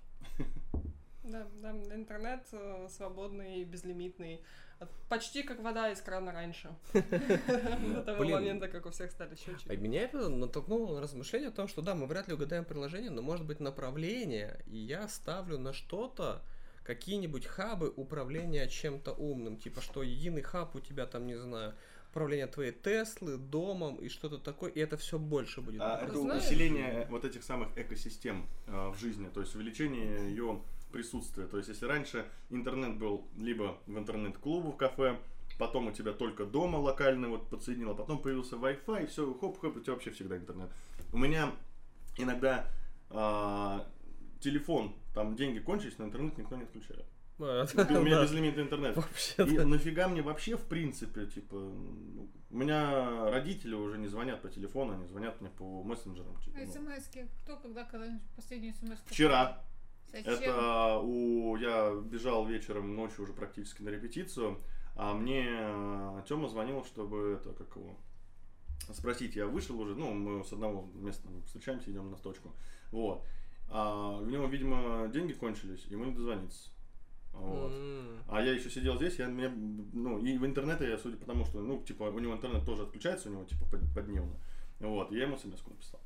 Speaker 2: Да, да, интернет э, свободный, безлимитный. От- Почти как вода из крана
Speaker 3: [laughs]
Speaker 2: раньше. До того
Speaker 3: Блин.
Speaker 2: момента, как у всех стали
Speaker 3: А
Speaker 2: счетчики.
Speaker 3: меня это натолкнуло на размышление о том, что да, мы вряд ли угадаем приложение, но может быть направление, и я ставлю на что-то какие-нибудь хабы управления чем-то умным, типа что единый хаб у тебя там, не знаю, управление твоей Теслы, домом и что-то такое, и это все больше будет.
Speaker 4: А
Speaker 2: Ты
Speaker 4: это
Speaker 2: знаешь-
Speaker 4: усиление вот этих самых экосистем э, в жизни, то есть увеличение ее присутствия. То есть если раньше интернет был либо в интернет-клубу, в кафе, потом у тебя только дома локальный вот подсоединил, а потом появился Wi-Fi, и все, хоп-хоп, у тебя вообще всегда интернет. У меня иногда а, телефон, там деньги кончились, но интернет никто не отключает.
Speaker 3: А,
Speaker 4: У меня
Speaker 3: да.
Speaker 4: безлимитный интернет.
Speaker 3: Вообще,
Speaker 4: И
Speaker 3: да.
Speaker 4: нафига мне вообще, в принципе, типа, ну, у меня родители уже не звонят по телефону, они звонят мне по мессенджерам. типа, ну.
Speaker 1: СМСки. А Кто когда когда-нибудь последнюю смс
Speaker 4: Вчера.
Speaker 1: Зачем?
Speaker 4: Это у... Я бежал вечером, ночью уже э, практически на репетицию, а мне Тёма звонил, чтобы это, как его, спросить, я вышел уже, ну, мы с одного места встречаемся, идем на точку. Вот. А у него, видимо, деньги кончились, ему не дозвониться. Вот.
Speaker 3: М.
Speaker 4: А я еще сидел здесь, я меня, ну, и в интернете я, судя по тому, что, ну, типа, у него интернет тоже отключается, у него, типа, под- подневно. Вот, я ему смс написал.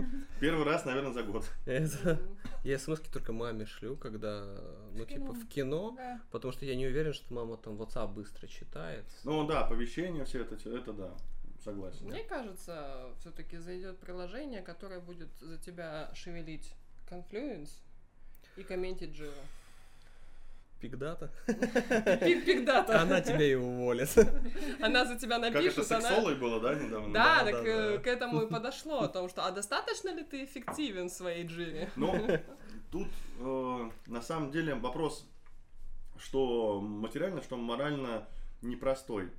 Speaker 4: [laughs] Первый раз, наверное, за год.
Speaker 3: Это- Я смс только маме шлю, когда, ну,
Speaker 1: В
Speaker 3: типа,
Speaker 1: кино.
Speaker 3: в кино,
Speaker 1: Да.
Speaker 3: потому что я не уверен, что мама там WhatsApp быстро читает.
Speaker 4: Ну, да, оповещения все это, это да, согласен.
Speaker 2: Мне кажется, все-таки зайдет приложение, которое будет за тебя шевелить Confluence и комментить
Speaker 3: [laughs]
Speaker 2: Jira.
Speaker 3: Пигдата.
Speaker 2: Пик- пик дата.
Speaker 3: Она тебя и уволит.
Speaker 2: Она за тебя
Speaker 4: Как это
Speaker 2: напишет, она...
Speaker 4: сексолой было, да, недавно?
Speaker 2: Да,
Speaker 3: Да,
Speaker 2: так
Speaker 3: да,
Speaker 2: э,
Speaker 3: да.
Speaker 2: к этому и подошло, о том, что а достаточно ли ты эффективен в своей джире?
Speaker 4: Ну, тут э, на самом деле вопрос, что материально, что морально непростой.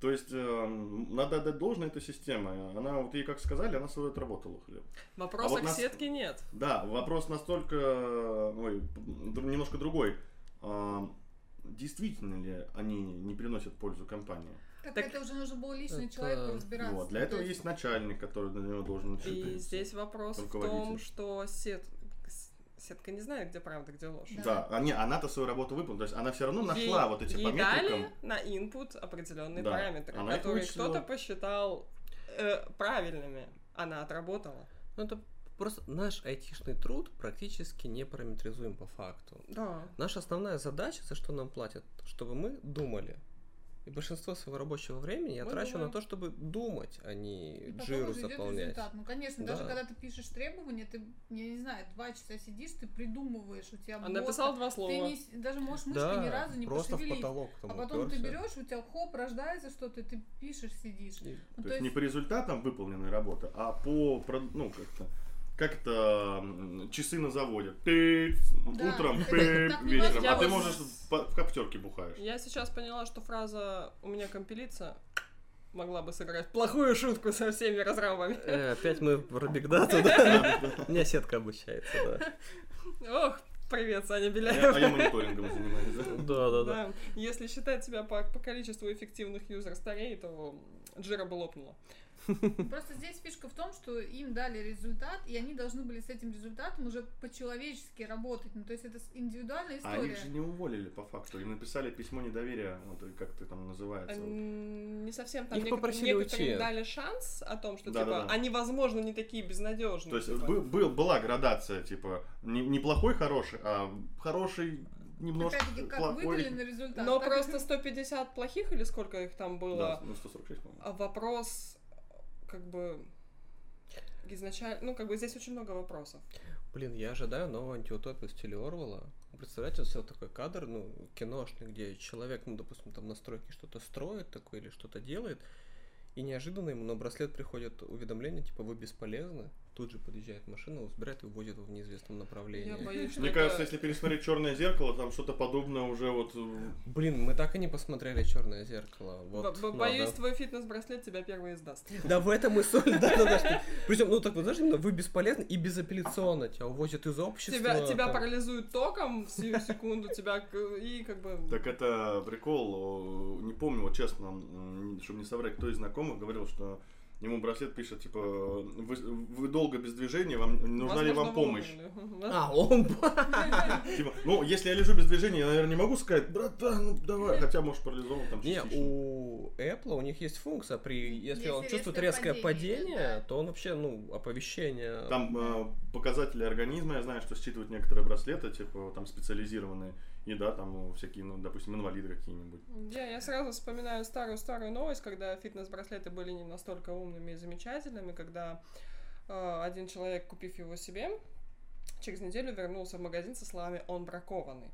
Speaker 4: То есть э, м, надо отдать должное этой системе. Она, вот ей как сказали, она свою отработала хлеб.
Speaker 2: Вопроса
Speaker 4: А вот
Speaker 2: к
Speaker 4: нас-
Speaker 2: сетке нет.
Speaker 4: Да, вопрос настолько, э, ой, д- немножко другой. А, Действительно ли они не приносят пользу компании?
Speaker 1: Так,
Speaker 2: Так
Speaker 1: это уже нужно было лично
Speaker 3: это-
Speaker 1: человеку разбираться.
Speaker 4: Вот. Для этого
Speaker 1: То
Speaker 4: есть начальник, который на него должен
Speaker 2: И
Speaker 4: отчитываться.
Speaker 2: здесь вопрос в том,
Speaker 4: руководитель.
Speaker 2: что сет- с- сетка не знает, где правда, где ложь.
Speaker 1: Да.
Speaker 4: Да, а, не, она-то свою работу выполнила. То есть она все равно
Speaker 2: Ей-
Speaker 4: Ну, нашла вот эти
Speaker 2: ей
Speaker 4: по метрикам.
Speaker 2: дали на input определенные
Speaker 4: Да,
Speaker 2: параметры,
Speaker 4: она их
Speaker 2: которые
Speaker 4: вычислила.
Speaker 2: кто-то посчитал э, правильными. Она отработала.
Speaker 3: Ну, это просто наш айтишный труд практически не параметризуем по факту.
Speaker 2: Да.
Speaker 3: Наша основная задача, за что нам платят, чтобы мы думали. И большинство своего рабочего времени я
Speaker 2: Мы
Speaker 3: трачу
Speaker 2: думаем.
Speaker 3: на то, чтобы думать, а не
Speaker 1: И потом
Speaker 3: джиру
Speaker 1: уже идет
Speaker 3: заполнять.
Speaker 1: результат. Ну, конечно, даже
Speaker 3: Да.
Speaker 1: когда ты пишешь требования, ты, я не знаю, два часа сидишь, ты придумываешь, у тебя
Speaker 2: Она
Speaker 1: блок,
Speaker 2: написала два
Speaker 1: ты
Speaker 2: слова.
Speaker 1: не с- даже можешь мышкой
Speaker 3: А да,
Speaker 1: ни разу не
Speaker 3: просто в
Speaker 1: пошевелить.
Speaker 3: потолок. там
Speaker 1: А потом ты
Speaker 3: упёрся.
Speaker 1: берешь, у тебя хоп, рождается что-то, и ты пишешь, сидишь.
Speaker 3: И-
Speaker 1: Ну,
Speaker 4: То есть не по результатам выполненной работы, а по, про- ну, как-то, как это м, часы на заводе. Ты
Speaker 1: Да,
Speaker 4: утром,
Speaker 1: это
Speaker 4: пип,
Speaker 1: так
Speaker 4: вечером. А ты
Speaker 2: невозможно.
Speaker 4: можешь по- в коптерке
Speaker 2: [laughs]
Speaker 4: бухаешь.
Speaker 2: Я сейчас поняла, что фраза «у меня компилится» могла бы сыграть плохую шутку со всеми разрамами.
Speaker 3: Э, опять мы про
Speaker 1: [laughs]
Speaker 3: бигдату, да? Меня сетка обучается, да.
Speaker 2: Ох, привет, Саня
Speaker 4: А я,
Speaker 2: Беляев.
Speaker 4: а я мониторингом занимаюсь. да.
Speaker 3: Да, да, да.
Speaker 2: Да. Если считать себя по, по количеству эффективных юзер старей, то Джира бы лопнула.
Speaker 1: Просто здесь фишка в том, что им дали результат, и они должны были с этим результатом уже по-человечески работать. Ну, то есть это с- индивидуальная
Speaker 4: А их
Speaker 1: история.
Speaker 4: же не уволили по факту. Им написали письмо недоверия, вот, и как ты там называется. вот.
Speaker 2: М, Не совсем там
Speaker 3: Их
Speaker 2: некотор-
Speaker 3: попросили
Speaker 2: некоторым
Speaker 3: уйти.
Speaker 2: дали шанс о том, что типа
Speaker 4: Да-да-да.
Speaker 2: они, возможно, не такие безнадежные.
Speaker 4: То есть
Speaker 2: типа.
Speaker 4: бы- был, была градация, типа, не- неплохой хороший, а хороший немножко
Speaker 1: Опять-таки, как выдали
Speaker 4: плохой.
Speaker 1: на результат.
Speaker 2: Но
Speaker 1: так и- [laughs]
Speaker 2: просто 150 плохих или сколько их там
Speaker 4: Да,
Speaker 2: было?
Speaker 4: ну 146, по-моему.
Speaker 2: а Вопрос, как бы изначально, ну как бы здесь очень много вопросов.
Speaker 3: Блин, я ожидаю новую антиутопию в стиле Орвала. Представляете, вот всё такой кадр, ну, киношный, где человек, ну, допустим, там на стройке что-то строит такое или что-то делает, и неожиданно ему на браслет приходит уведомление, типа, вы бесполезны. Тут же подъезжает машина, его забирает и уводит его в неизвестном
Speaker 2: Я
Speaker 3: направлении.
Speaker 2: боюсь, что
Speaker 4: Мне
Speaker 2: это-
Speaker 4: кажется, если пересмотреть черное зеркало, там что-то подобное уже вот. э,
Speaker 3: Блин, мы так и не посмотрели черное зеркало. Вот, ну
Speaker 2: Бо- бо-
Speaker 3: надо.
Speaker 2: Боюсь, твой фитнес-браслет тебя первый издаст.
Speaker 3: [laughs] Да в этом и соль, да, да, да. Причем, ну так вот, знаешь, именно вы бесполезны и безапелляционно тебя увозят из общества.
Speaker 2: Тебя, тебя
Speaker 3: там.
Speaker 2: парализует током в сию секунду, тебя к- и как бы...
Speaker 4: Так это прикол, э, не помню, вот честно, м, чтобы не соврать, кто из знакомых говорил, что ему браслет пишет, типа, вы, вы долго без движения, вам нужна ли
Speaker 2: возможно,
Speaker 4: вам помощь?
Speaker 2: вы умерли.
Speaker 3: А, он...
Speaker 4: Типа, ну, если я лежу без движения, я, наверное, не могу сказать, братан, ну давай, хотя, может, парализован там
Speaker 3: Не,
Speaker 4: частично.
Speaker 3: у Apple у них есть функция, при если
Speaker 1: Если
Speaker 3: он чувствует
Speaker 1: резкое
Speaker 3: резкое падение,
Speaker 1: падение, да.
Speaker 3: то он вообще, ну, оповещение.
Speaker 4: Там э, показатели организма, я знаю, что считывают некоторые браслеты, типа, там, специализированные, и, да, там, э, всякие, ну, допустим, инвалиды какие-нибудь.
Speaker 2: Я, я сразу вспоминаю старую-старую новость, когда фитнес-браслеты были не настолько умными и замечательными, когда э, один человек, купив его себе, через неделю вернулся в магазин со словами «он бракованный».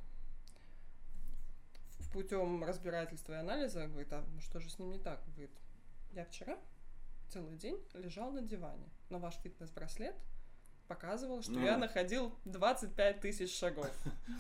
Speaker 2: Путем разбирательства и анализа говорит, а ну что же с ним не так? Говорит, я вчера целый день лежал на диване, но ваш фитнес-браслет показывал, что
Speaker 4: Ну.
Speaker 2: я находил 25 тысяч шагов.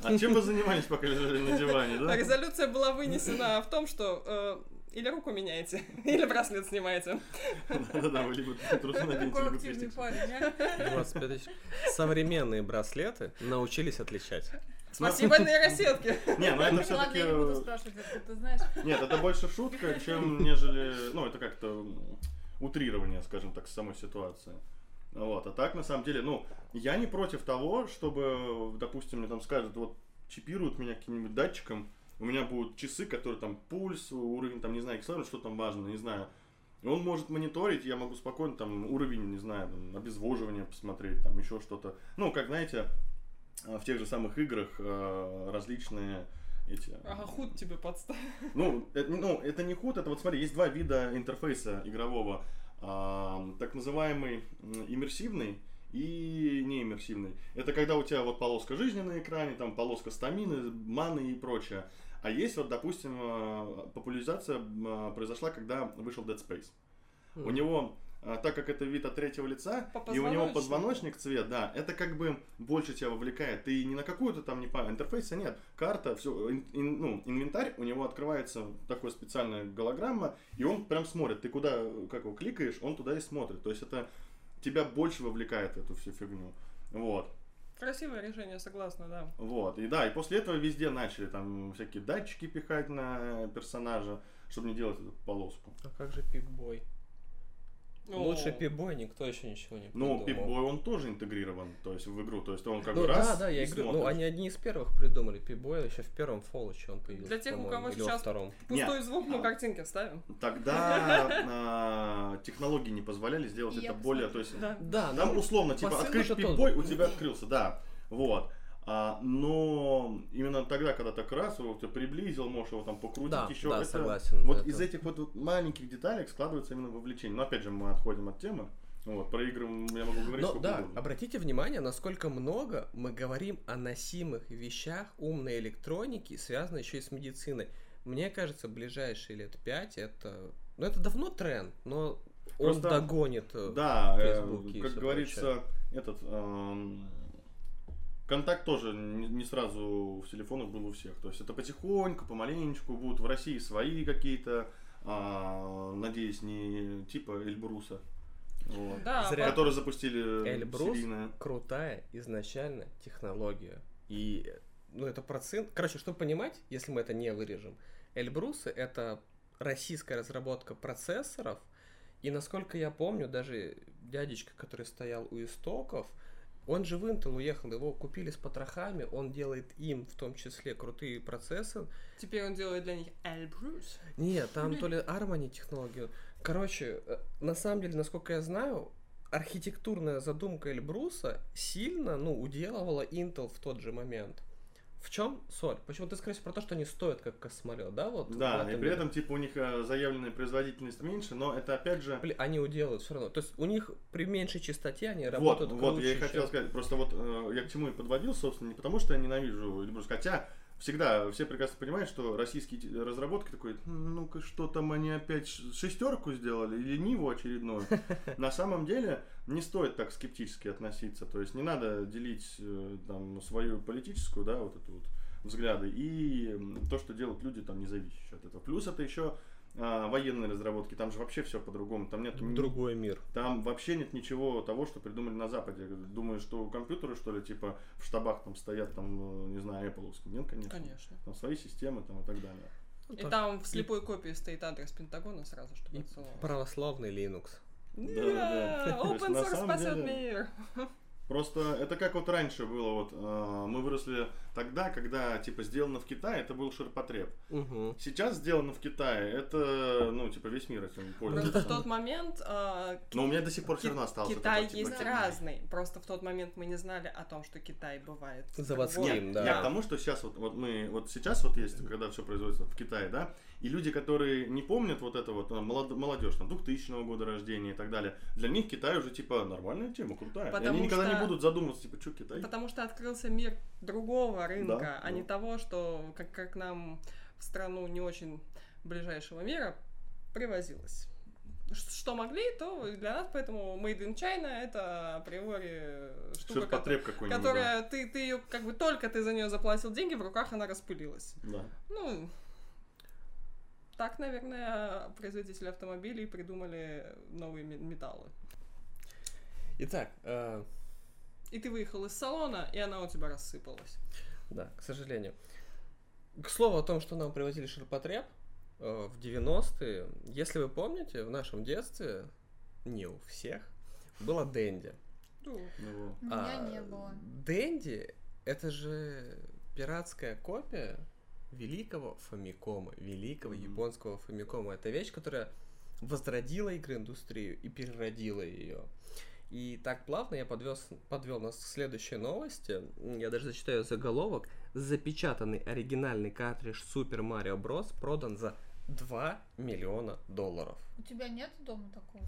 Speaker 4: А чем вы занимались, пока лежали на диване, да?
Speaker 2: Резолюция была
Speaker 4: [laughs]
Speaker 2: вынесена в том, что э, или руку меняете, [laughs] или браслет снимаете.
Speaker 4: [laughs] Да-да-да, вы либо трусы наденете,
Speaker 1: Какой
Speaker 4: либо
Speaker 1: активный
Speaker 4: крестик.
Speaker 1: парень, а?
Speaker 3: 25 тысяч. Современные браслеты научились отличать.
Speaker 2: Спасибо нейросетке.
Speaker 4: Не, ну это
Speaker 1: Ладно, я не буду
Speaker 4: все-таки...
Speaker 1: спрашивать, откуда ты знаешь.
Speaker 4: Нет, это больше шутка, чем нежели... Ну, это как-то м, утрирование, скажем так, самой ситуации. Вот, а так, на самом деле, ну, я не против того, чтобы, допустим, мне там скажут, вот, чипируют меня каким-нибудь датчиком, у меня будут часы, которые там пульс, уровень, там, не знаю, кислорода, что там важно, не знаю. И он может мониторить, я могу спокойно там уровень, не знаю, там, обезвоживания посмотреть, там еще что-то. Ну, как знаете, в тех же самых играх э, различные эти...
Speaker 2: Ага, худ тебе подставил.
Speaker 4: Ну, это, ну, это не худ, это вот смотри, есть два вида интерфейса игрового. Э, так называемый иммерсивный и неиммерсивный. Это когда у тебя вот полоска жизни на экране, там полоска стамины, маны и прочее. А есть вот, допустим, э, популяризация э, произошла, когда вышел Dead Space.
Speaker 3: Хм.
Speaker 4: У него, э, так как это вид от третьего лица,
Speaker 2: По
Speaker 4: и у него
Speaker 2: позвоночнику.
Speaker 4: позвоночник цвет, да, это как бы больше тебя вовлекает. Ты не на какую-то там не по интерфейса нет, карта, все, ну, инвентарь, у него открывается такой специальная голограмма, и он прям смотрит. Ты куда, как его кликаешь, он туда и смотрит. То есть это тебя больше вовлекает в эту всю фигню. Вот.
Speaker 2: Красивое решение, согласна, да.
Speaker 4: Вот, и да, и после этого везде начали там всякие датчики пихать на персонажа, чтобы не делать эту полоску.
Speaker 3: А как же пипбой? Ну,
Speaker 2: Ну.
Speaker 3: Лучше пипбой никто еще ничего не придумал.
Speaker 4: Но Ну, пипбой он тоже интегрирован, то есть в игру, то есть он как
Speaker 3: Ну
Speaker 4: бы раз
Speaker 3: да, да, я
Speaker 4: и
Speaker 3: говорю, ну
Speaker 4: смотришь.
Speaker 3: они одни из первых придумали пипбой, еще в первом Фолоче он появился,
Speaker 2: Для тех, у
Speaker 3: по-моему,
Speaker 2: кого
Speaker 3: или во
Speaker 2: сейчас
Speaker 3: втором.
Speaker 2: Пустой
Speaker 4: Не.
Speaker 2: звук
Speaker 4: А.
Speaker 2: мы картинки вставим.
Speaker 4: Тогда а, технологии не позволяли сделать
Speaker 1: Я
Speaker 4: это более, то есть
Speaker 2: Да.
Speaker 3: Да,
Speaker 4: там
Speaker 3: ну,
Speaker 4: условно типа
Speaker 3: посыл
Speaker 4: открыть
Speaker 3: это тот
Speaker 4: пипбой,
Speaker 3: же.
Speaker 4: у тебя открылся, да, вот. А, но именно тогда, когда так раз его ты приблизил, можешь его там покрутить
Speaker 3: да,
Speaker 4: еще,
Speaker 3: да,
Speaker 4: это-
Speaker 3: согласен.
Speaker 4: Вот
Speaker 3: это-
Speaker 4: из этих вот, вот маленьких деталек складывается именно вовлечение. Но опять же, мы отходим от темы. Вот, про игры я могу говорить
Speaker 3: Но
Speaker 4: сколько
Speaker 3: да,
Speaker 4: угодно.
Speaker 3: обратите внимание, насколько много мы говорим о носимых вещах умной электроники, связанной еще и с медициной. Мне кажется, ближайшие лет пять это... Ну, это давно тренд, но он
Speaker 4: Просто-
Speaker 3: догонит. э,
Speaker 4: Да, э,
Speaker 3: Фейсбуке и
Speaker 4: как
Speaker 3: всё
Speaker 4: говорится, этот эм, контакт тоже не не сразу в телефонах был у всех. То есть это потихоньку, помаленечку будут в России свои какие-то, а, надеюсь, не типа Эльбруса, вот,
Speaker 2: Да,
Speaker 3: Зря.
Speaker 2: по-
Speaker 4: которые запустили
Speaker 3: Эльбрус?
Speaker 4: серийно.
Speaker 3: крутая изначально технология. И, ну, это процент... Короче, чтобы понимать, если мы это не вырежем, Эльбрусы — это российская разработка процессоров, и, насколько я помню, даже дядечка, который стоял у истоков, он же в Intel уехал, его купили с потрохами, он делает им в том числе крутые процессы.
Speaker 2: Теперь он делает для них Эльбрус.
Speaker 3: Нет, там то ли Harmony технологию. Короче, э, на самом деле, насколько я знаю, архитектурная задумка Эльбруса сильно, ну, уделывала Intel в тот же момент. В чем соль? Почему ты скажешь про то, что они стоят как космолет, да? Вот в
Speaker 4: Да, и
Speaker 3: этом
Speaker 4: при
Speaker 3: дело.
Speaker 4: этом типа у них э, заявленная производительность меньше, но это опять же...
Speaker 3: Бля, они уделают все равно. То есть у них при меньшей частоте они
Speaker 4: Вот,
Speaker 3: работают
Speaker 4: вот я и
Speaker 3: круче,
Speaker 4: хотел
Speaker 3: чем-
Speaker 4: сказать, просто вот э, я к чему и подводил, собственно, не потому что я ненавижу Эльбрус, хотя всегда все прекрасно понимают, что российские те- разработки такой, «М, ну-ка, что там они опять ш- шестерку сделали или Ниву очередную. На самом деле не стоит так скептически относиться, то есть не надо делить э, там свою политическую, да, вот эту вот взгляды и м, то, что делают люди там не зависящие от этого. Плюс это еще а, военные разработки, там же вообще все по-другому, там нет ни-
Speaker 3: Другой мир.
Speaker 4: там вообще нет ничего того, что придумали на Западе. Думаю, что компьютеры, что ли, типа в штабах там стоят, там, э, не знаю, Apple. Нет, конечно.
Speaker 2: Конечно.
Speaker 4: Там свои системы там и так далее.
Speaker 3: Ну,
Speaker 2: И
Speaker 3: то-
Speaker 2: там в слепой копии стоит адрес Пентагона сразу, чтобы
Speaker 3: И
Speaker 2: отсылалось.
Speaker 3: православный Linux.
Speaker 4: Да, да, да.
Speaker 2: Да,
Speaker 4: То есть
Speaker 2: Open
Speaker 4: на
Speaker 2: source
Speaker 4: самом
Speaker 2: спасет
Speaker 4: деле-
Speaker 2: мир.
Speaker 4: Просто это как вот раньше было, вот э, мы выросли тогда, когда типа сделано в Китае, это был ширпотреб.
Speaker 3: Мгм.
Speaker 4: Сейчас сделано в Китае, это, ну, типа весь мир этим
Speaker 2: Просто в
Speaker 4: пользуется.
Speaker 2: тот момент а,
Speaker 4: Но у меня до сих пор все
Speaker 2: Ки-
Speaker 4: равно остался
Speaker 2: Китай
Speaker 4: такой, типа,
Speaker 2: есть
Speaker 4: типа,
Speaker 2: разный. Просто в тот момент мы не знали о том, что Китай бывает.
Speaker 3: Заводским,
Speaker 2: другой.
Speaker 3: да.
Speaker 4: Я к тому, что сейчас вот, вот мы, вот сейчас вот есть, когда все производится в Китае, да, и люди, которые не помнят вот это вот, ну, молодежь, там, 2000 года рождения и так далее, для них Китай уже, типа, нормальная тема, крутая. И
Speaker 2: Потому
Speaker 4: они никогда не
Speaker 2: что-
Speaker 4: будут задумываться, типа, что Китай?
Speaker 2: Потому что открылся мир другого рынка, а
Speaker 4: да.
Speaker 2: не того, что как, как нам в страну не очень ближайшего мира привозилось. Ш- Что могли, то и для нас, поэтому Made in China это априори штука, кото-
Speaker 4: Ширпотреб какой-нибудь. да.
Speaker 2: которая ты, ты ее как бы только ты за нее заплатил деньги, в руках она распылилась.
Speaker 4: Да.
Speaker 2: Ну, так, наверное, производители автомобилей придумали новые ме- металлы.
Speaker 3: Итак, э,
Speaker 2: И ты выехал из салона, и она у тебя рассыпалась.
Speaker 3: Да, к сожалению. К слову о том, что нам привозили ширпотреб э, в 90-е. Если вы помните, в нашем детстве не у всех, было Дэнди.
Speaker 2: Ну,
Speaker 4: Ну,
Speaker 1: У меня не было.
Speaker 3: А, Дэнди — это же пиратская копия великого фамикома, великого
Speaker 4: Мгм.
Speaker 3: японского фамикома. Это вещь, которая возродила игроиндустрию и переродила ее. И так плавно я подвез, подвел нас к следующей новости. Я даже зачитаю заголовок. Запечатанный оригинальный картридж Super Mario Bros. продан за 2 миллиона долларов.
Speaker 1: У тебя нет дома такого?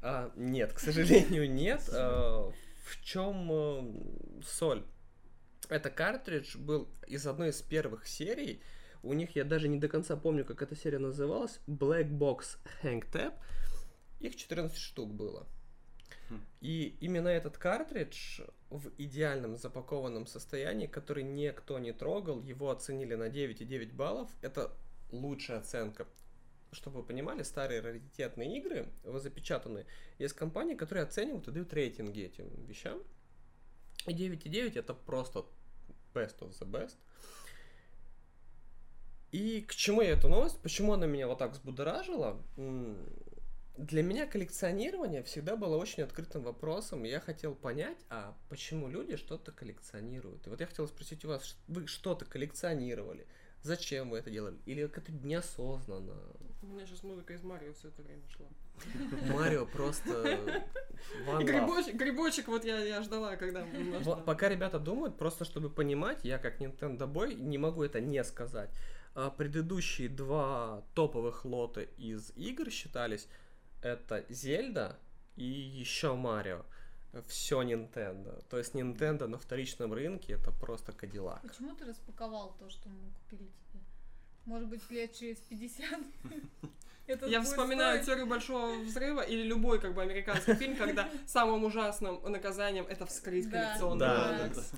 Speaker 3: А, нет, к [laughs] сожалению, нет. А, в чем соль? Это картридж был из одной из первых серий. У них, я даже не до конца помню, как эта серия называлась, Black Box Hang Tap. Их 14 штук было.
Speaker 4: Хм.
Speaker 3: И именно этот картридж в идеальном запакованном состоянии, который никто не трогал, его оценили на 9,9 баллов. Это лучшая оценка. Чтобы вы понимали, старые раритетные игры, вы запечатаны, есть компании, которые оценивают и дают рейтинги этим вещам. И 9,9 это просто best of the best. И к чему я эту новость? Почему она меня вот так взбудоражила? М, Для меня коллекционирование всегда было очень открытым вопросом. и Я хотел понять, а почему люди что-то коллекционируют? И вот я хотел спросить у вас, ш- вы что-то коллекционировали? Зачем вы это делали? Или как это неосознанно?
Speaker 2: у меня сейчас музыка из Марио все это время шла.
Speaker 3: Марио просто... one
Speaker 2: И
Speaker 3: love.
Speaker 2: грибочек, грибочек вот я, я ждала,
Speaker 3: [laughs]
Speaker 2: когда... можно.
Speaker 3: Вот пока ребята думают, просто чтобы понимать, я как Nintendo Boy не могу это не сказать. А, Предыдущие два топовых лота из игр считались это Зельда и еще Марио. Все Nintendo. То есть Nintendo на вторичном рынке это просто Кадиллак.
Speaker 1: Почему ты распаковал то, что мы купили тебе? Может быть, лет через [laughs] 50? Это
Speaker 2: Я
Speaker 1: будет
Speaker 2: вспоминаю
Speaker 1: стоить.
Speaker 2: теорию большого взрыва или любой как бы американский фильм, когда самым ужасным наказанием это вскрыть
Speaker 1: Да.
Speaker 2: коллекционный
Speaker 3: Да,
Speaker 4: да,
Speaker 2: кодекс.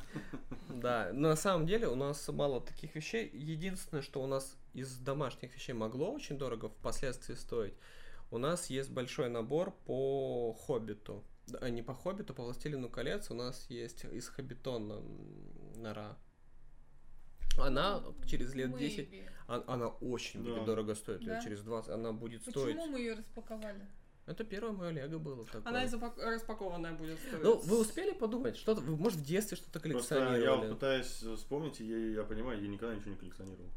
Speaker 3: Да, но на самом деле у нас мало таких вещей. Единственное, что у нас из домашних вещей могло очень дорого впоследствии стоить, у нас есть большой набор по Хоббиту. Да, а, не по Хоббиту, по Властелину колец у нас есть из Хоббитона м, нора. Она через лет
Speaker 1: Maybe.
Speaker 3: 10, а- она очень будет
Speaker 4: Да.
Speaker 3: дорого стоить, лет
Speaker 1: Да.
Speaker 3: через 20 она будет стоить.
Speaker 1: Почему мы ее распаковали?
Speaker 3: Это первое мое Лего было такое.
Speaker 2: Она и запак- распакованная будет стоить.
Speaker 3: Ну, вы успели подумать, что-то, вы, может, в детстве что-то
Speaker 4: Просто
Speaker 3: коллекционировали?
Speaker 4: я вот пытаюсь вспомнить, и я, я понимаю, я никогда ничего не коллекционировал.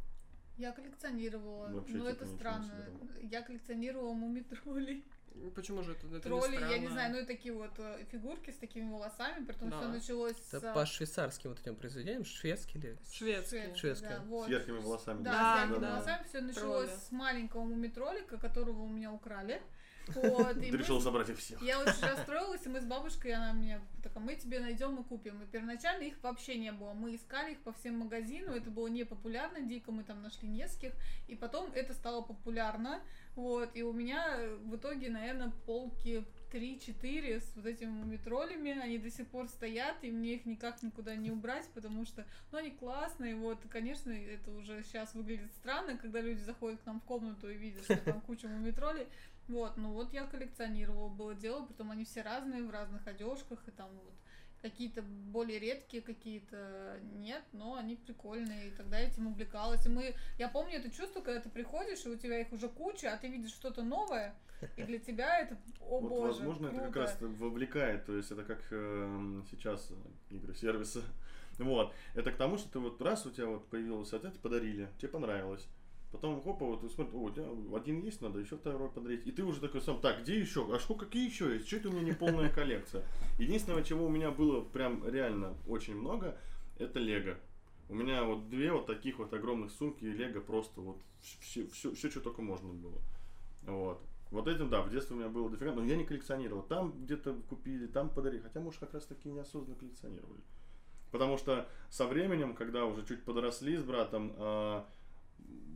Speaker 1: Я коллекционировала,
Speaker 4: Вообще
Speaker 1: но
Speaker 4: типа
Speaker 1: это
Speaker 4: ничего не
Speaker 1: странно. Я коллекционировала мумитролей.
Speaker 2: Почему же это, это не
Speaker 1: Тролли, я не
Speaker 2: странно?
Speaker 1: знаю, ну и такие вот э, фигурки с такими волосами, притом
Speaker 2: Да.
Speaker 1: все началось с... э,
Speaker 3: Это по швейцарским вот этим произведениям, шведский ли?
Speaker 2: Шведские.
Speaker 1: Швед-
Speaker 3: Шведская.
Speaker 1: да, вот.
Speaker 4: С яркими волосами.
Speaker 1: Да, с
Speaker 2: Да,
Speaker 1: яркими
Speaker 2: да.
Speaker 1: волосами все началось
Speaker 2: Тролли.
Speaker 1: с маленького мумитролика, которого у меня украли. Вот, и
Speaker 4: Ты
Speaker 1: мы
Speaker 4: решил собрать их всех.
Speaker 1: Я очень расстроилась, и мы с бабушкой, она мне такая, мы тебе найдем и купим. И первоначально их вообще не было. Мы искали их по всем магазинам, это было непопулярно, дико мы там нашли нескольких. И потом это стало популярно. Вот, и у меня э, в итоге, наверное, полки 3-4 с вот этими мумитролями, они до сих пор стоят, и мне их никак никуда не убрать, потому что, ну, они классные, вот, и, конечно, это уже сейчас выглядит странно, когда люди заходят к нам в комнату и видят, что там куча мумитролей, вот, ну вот я коллекционировала, было дело, притом они все разные, в разных одежках, и там вот какие-то более редкие, какие-то нет, но они прикольные, и тогда я этим увлекалась. И мы, я помню это чувство, когда ты приходишь, и у тебя их уже куча, а ты видишь что-то новое, и для тебя это, о
Speaker 4: Вот,
Speaker 1: боже,
Speaker 4: возможно, это как
Speaker 1: круто.
Speaker 4: раз вовлекает, то есть это как эм, сейчас э, игры сервиса. [laughs] Вот. Это к тому, что ты вот раз у тебя вот появилась, а тебе подарили, тебе понравилось. Потом хопа, вот ты смотришь, о, у тебя один есть, надо еще второй подарить. И ты уже такой сам, так, где еще? А что, какие еще есть? Что это у меня не
Speaker 1: [laughs]
Speaker 4: полная коллекция? Единственное, чего у меня было прям реально очень много, это Лего. У меня вот две вот таких вот огромных сумки и Лего просто вот все, все, все, что только можно было. Вот. Вот этим, да, в детстве у меня было дофига, но я не коллекционировал. Там где-то купили, там подарили. Хотя, может, как раз таки неосознанно коллекционировали. Потому что со временем, когда уже чуть подросли с братом, а,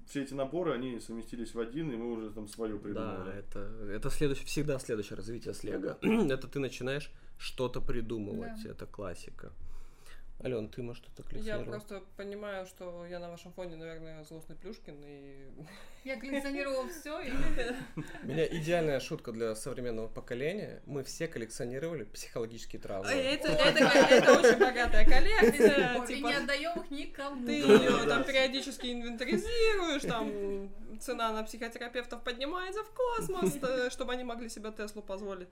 Speaker 4: все эти наборы, они совместились в один, и мы уже там свое
Speaker 3: Да,
Speaker 4: придумали.
Speaker 3: это, это следующее, всегда следующее [clears throat] развитие с Лего. это ты начинаешь что-то придумывать.
Speaker 1: Да.
Speaker 3: Это классика. А, Ален, ты, может, это
Speaker 2: Я
Speaker 3: коллекционировал?
Speaker 2: просто понимаю, что я на вашем фоне, наверное, злостный Плюшкин, и...
Speaker 1: Я коллекционировала все
Speaker 2: [laughs]
Speaker 1: и
Speaker 3: У меня идеальная шутка для современного поколения. Мы все коллекционировали психологические
Speaker 1: А
Speaker 3: травмы.
Speaker 2: Ой, [laughs] А Это это- это очень богатая
Speaker 1: [laughs]
Speaker 2: коллекция,
Speaker 1: и
Speaker 2: типа...
Speaker 1: не отдаем их никому.
Speaker 2: Ты
Speaker 4: Да, да,
Speaker 2: ее там
Speaker 4: да.
Speaker 2: периодически инвентаризируешь, там цена на психотерапевтов поднимается в космос, э, чтобы они могли себе Теслу позволить.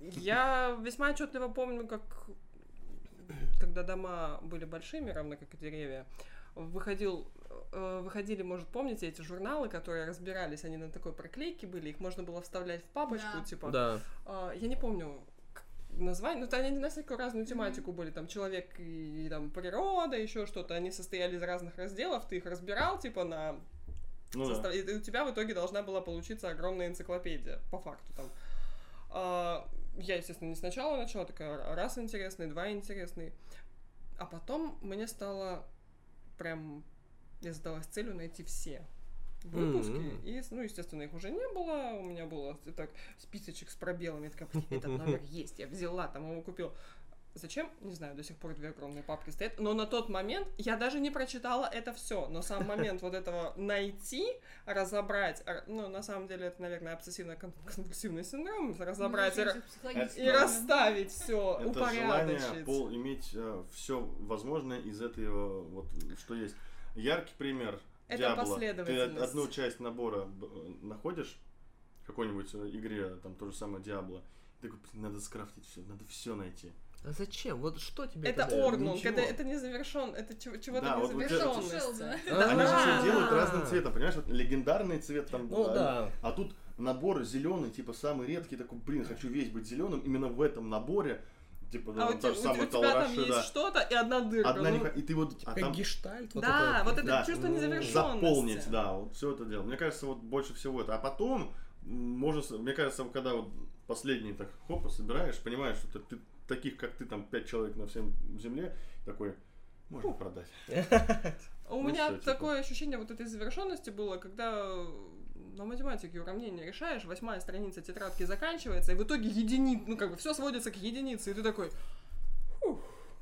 Speaker 2: Я весьма отчетливо помню, как когда дома были большими, равно как и деревья, выходил, э, выходили, может, помните, эти журналы, которые разбирались, они на такой проклейке были, их можно было вставлять в папочку,
Speaker 1: Да.
Speaker 2: типа,
Speaker 3: Да.
Speaker 2: а, Я не помню к- название, но то они на всякую разную тематику были, там человек и, там природа, еще что-то, они состояли из разных разделов, ты их разбирал, типа на
Speaker 4: Ну да.
Speaker 2: состав- и у тебя в итоге должна была получиться огромная энциклопедия, по факту там. А, Я, естественно, не сначала начала, такая раз интересный, два интересный. А потом мне стало прям... Я задалась целью найти все выпуски.
Speaker 3: Мгм.
Speaker 2: И, ну, естественно, их уже не было. У меня было так, списочек с пробелами. Я такая, «Блин, этот
Speaker 4: [laughs]
Speaker 2: номер есть, я взяла, там его купила. Зачем? Не знаю, до сих пор две огромные папки стоят. Но на тот момент я даже не прочитала это все. Но сам момент вот этого найти, разобрать, а, ну, на самом деле, это, наверное, обсессивно-конвульсивный синдром, разобрать
Speaker 1: Ну,
Speaker 2: и, ра-
Speaker 1: психологически.
Speaker 2: и расставить все,
Speaker 4: Это желание
Speaker 2: упорядочить.
Speaker 4: пол иметь все возможное из этого, вот, что есть. Яркий пример
Speaker 2: Это
Speaker 4: Diablo. Ты
Speaker 2: последовательность.
Speaker 4: одну часть набора б- э, находишь в какой-нибудь э, игре, там то же самое Диабло. Ты такой, «Блин, надо скрафтить все, надо все найти.
Speaker 3: А зачем? Вот что тебе
Speaker 2: Это
Speaker 4: да,
Speaker 2: оргнунг,
Speaker 4: ничего.
Speaker 2: это, это не завершен, это чего- чего-то
Speaker 4: Да, вот у тебя-
Speaker 2: незавершенности.
Speaker 3: А,
Speaker 4: Они же
Speaker 2: А-а-а.
Speaker 4: все делают разным цветом, понимаешь? Вот легендарный цвет там.
Speaker 3: Ну
Speaker 4: а,
Speaker 3: да.
Speaker 4: А тут набор зеленый, типа самый редкий, такой, блин, хочу весь быть зеленым. Именно в этом наборе, типа,
Speaker 2: А
Speaker 4: там,
Speaker 2: у,
Speaker 4: та
Speaker 2: тебя,
Speaker 4: же
Speaker 2: у
Speaker 4: самая
Speaker 2: тебя там
Speaker 4: Талраши,
Speaker 2: есть
Speaker 4: да.
Speaker 2: что-то и одна дырка.
Speaker 4: Одна
Speaker 2: ну.
Speaker 4: не... И ты вот...
Speaker 3: Как
Speaker 4: а там
Speaker 3: Типа гештальт. вот Ну,
Speaker 2: да,
Speaker 3: это
Speaker 2: вот
Speaker 3: вот.
Speaker 2: это
Speaker 4: Да.
Speaker 2: чувство
Speaker 3: М,
Speaker 2: незавершенности.
Speaker 4: заполнить, да, вот все это дело. Мне кажется, вот больше всего это. А потом, м, можно, с- мне кажется, вот когда вот последний так хопа собираешь, понимаешь, что ты, ты таких, как ты, там, пять человек на всем земле, такой, можно продать.
Speaker 2: У
Speaker 4: Ну,
Speaker 2: меня
Speaker 4: всё, типа.
Speaker 2: такое ощущение вот этой завершенности было, когда э, на математике уравнение решаешь, восьмая страница тетрадки заканчивается, и в итоге единица, ну как бы все сводится к единице, и ты такой,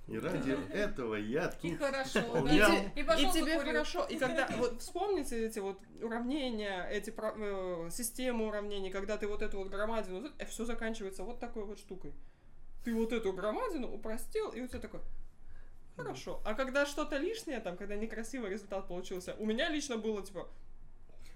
Speaker 4: И ради этого я тут...
Speaker 1: И хорошо.
Speaker 4: У
Speaker 1: да.
Speaker 4: меня-
Speaker 1: И пошел
Speaker 2: «Ну, и тебе
Speaker 1: закурил.
Speaker 2: хорошо. И
Speaker 1: [laughs]
Speaker 2: когда вот вспомните эти вот уравнения, эти про- э, системы уравнений, когда ты вот эту вот громадину, все заканчивается вот такой вот штукой. Ты вот эту громадину упростил, и у тебя такой. Хорошо. А когда что-то лишнее, там, когда некрасивый результат получился, у меня лично было типа.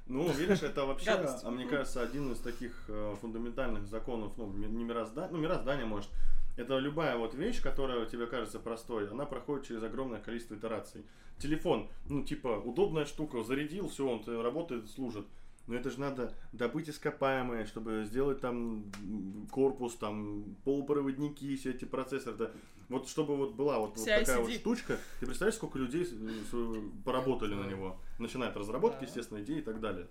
Speaker 4: Ну, видишь, это вообще,
Speaker 2: Гадость.
Speaker 4: а, мне кажется, один из таких э, фундаментальных законов, ну, ми- не мироздания, ну, мироздание, может, это любая вот вещь, которая тебе кажется простой, она проходит через огромное количество итераций. Телефон, ну, типа, удобная штука, зарядил, все, он э, работает, служит. Но это же надо добыть ископаемые, чтобы сделать там м, корпус, там полупроводники, все эти процессоры. Да. Вот чтобы вот была вот, вот
Speaker 2: CICD.
Speaker 4: такая вот штучка, ты представляешь, сколько людей э, с- поработали на него, начиная от разработки,
Speaker 2: Да.
Speaker 4: естественно, идеи и так далее.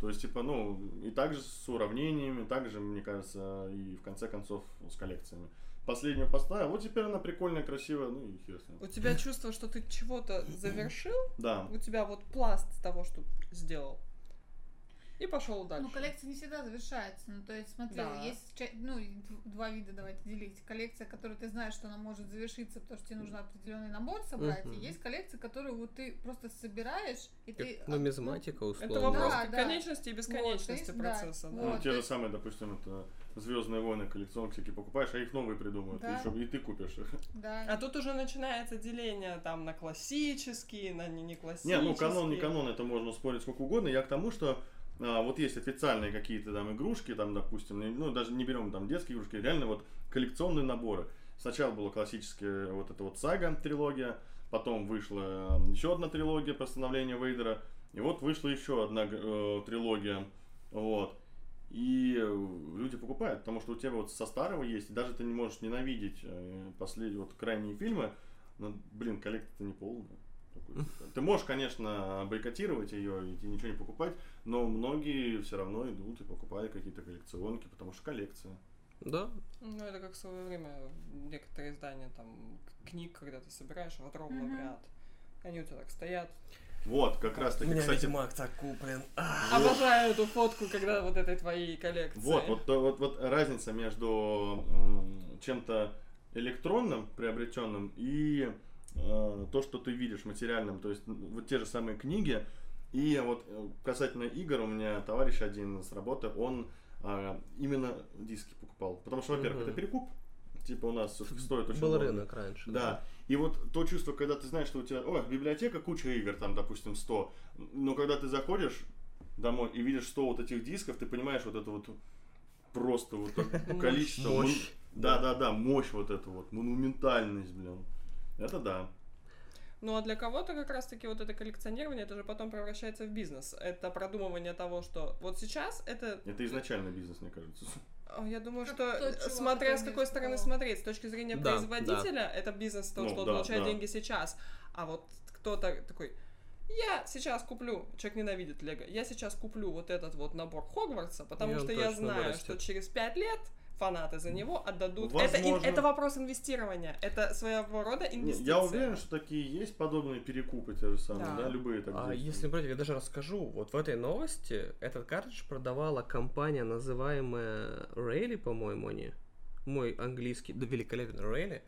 Speaker 4: То есть, типа, ну, и также с уравнениями, также, мне кажется, и в конце концов с коллекциями. Последнюю поставил, вот теперь она прикольная, красивая, ну и хер с ним.
Speaker 2: У тебя
Speaker 4: [laughs]
Speaker 2: чувство, что ты чего-то завершил,
Speaker 4: Да.
Speaker 2: у тебя вот пласт того, что сделал. И пошел дальше.
Speaker 1: Ну, коллекция не всегда завершается. Ну, то есть, смотри,
Speaker 2: Да.
Speaker 1: есть ча- ну, и дв- два вида давайте делить. Коллекция, которую ты знаешь, что она может завершиться, потому что тебе нужно определенный набор собрать.
Speaker 3: Мгм.
Speaker 1: И есть коллекция, которую вот ты просто собираешь, и ты...
Speaker 3: Как нумизматика, ну, условно.
Speaker 2: а, ну, Это вопрос
Speaker 1: Да, да.
Speaker 2: конечности и бесконечности
Speaker 1: конечно, да.
Speaker 2: процесса. да.
Speaker 4: Ну,
Speaker 1: Вот,
Speaker 4: те
Speaker 1: то
Speaker 4: же
Speaker 1: есть-
Speaker 4: самые, допустим, это Звездные войны, коллекционщики покупаешь, а их новые придумают.
Speaker 1: Да.
Speaker 4: И, ещё- и ты купишь их.
Speaker 1: Да.
Speaker 2: А тут уже начинается деление там на классические, на не, не
Speaker 4: Не,
Speaker 2: классические.
Speaker 4: ну канон, не канон, это можно спорить сколько угодно. Я к тому, что а, вот есть официальные какие-то там игрушки, там, допустим, не- ну, даже не берем там детские игрушки, реально вот коллекционные наборы. Сначала была классическая вот эта вот сага, трилогия, потом вышла э, еще одна трилогия «Постановление Вейдера», и вот вышла еще одна э, трилогия, вот. И э, люди покупают, потому что у тебя вот со старого есть, и даже ты не можешь ненавидеть э, последние, вот крайние фильмы, но, блин, коллекция-то не полная. Такой, типа. Ты можешь, конечно, бойкотировать ее и ничего не покупать, но многие все равно идут и покупают какие-то коллекционки, потому что коллекция.
Speaker 3: Да.
Speaker 2: Ну, это как в свое время некоторые издания там к- книг, когда ты собираешь в огромный
Speaker 1: Мгм.
Speaker 2: ряд. Они у тебя так стоят.
Speaker 4: Вот, как раз таки, кстати,
Speaker 3: Ведьмак так куплен. А,
Speaker 2: Обожаю эту фотку, когда вот этой твоей коллекции.
Speaker 4: вот, вот, то- вот, вот разница между м, чем-то электронным, приобретенным и э, то, что ты видишь материальным, то есть м, вот те же самые книги. И вот э, касательно игр, у меня товарищ один с работы, он э, именно диски покупал. Потому что, во-первых,
Speaker 3: Мгм.
Speaker 4: это перекуп, типа у нас всё-таки стоит очень
Speaker 3: Был
Speaker 4: много.
Speaker 3: рынок раньше.
Speaker 4: Да. И вот то чувство, когда ты знаешь, что у тебя, ой, библиотека, куча игр, там, допустим, 100. Но когда ты заходишь домой и видишь 100 вот этих дисков, ты понимаешь вот это вот просто вот так количество. мон-
Speaker 3: Мощь.
Speaker 4: Да, да, да, мощь вот эту вот, монументальность, блин. Это да.
Speaker 2: Ну а для кого-то как раз-таки вот это коллекционирование, это же потом превращается в бизнес. Это продумывание того, что вот сейчас это...
Speaker 4: Это изначально бизнес, мне кажется.
Speaker 2: а, Я думаю,
Speaker 1: Как
Speaker 2: что
Speaker 1: тот чувак,
Speaker 2: смотря
Speaker 1: который
Speaker 2: с какой стороны
Speaker 1: нарисовал.
Speaker 2: смотреть, с точки зрения
Speaker 3: Да,
Speaker 2: производителя, это бизнес, то,
Speaker 4: Ну,
Speaker 2: что он
Speaker 4: да,
Speaker 2: получает
Speaker 4: да.
Speaker 2: деньги сейчас. А вот кто-то такой, я сейчас куплю, человек ненавидит Лего, я сейчас куплю вот этот вот набор Хогвартса, потому
Speaker 3: И он
Speaker 2: что я
Speaker 3: точно
Speaker 2: знаю,
Speaker 3: вырастет.
Speaker 2: что через пять лет фанаты за него отдадут.
Speaker 4: Ну,
Speaker 2: Это, ин-
Speaker 4: возможно.
Speaker 2: это вопрос инвестирования, это своего рода
Speaker 4: Не,
Speaker 2: инвестиция.
Speaker 4: Я уверен, что такие есть подобные перекупы те же самые,
Speaker 2: Да.
Speaker 4: да, любые так
Speaker 3: А
Speaker 4: действуют.
Speaker 3: если брать, я даже расскажу. Вот в этой новости этот картридж продавала компания, называемая Рейли, по-моему, они. Мой английский, да великолепный Рейли.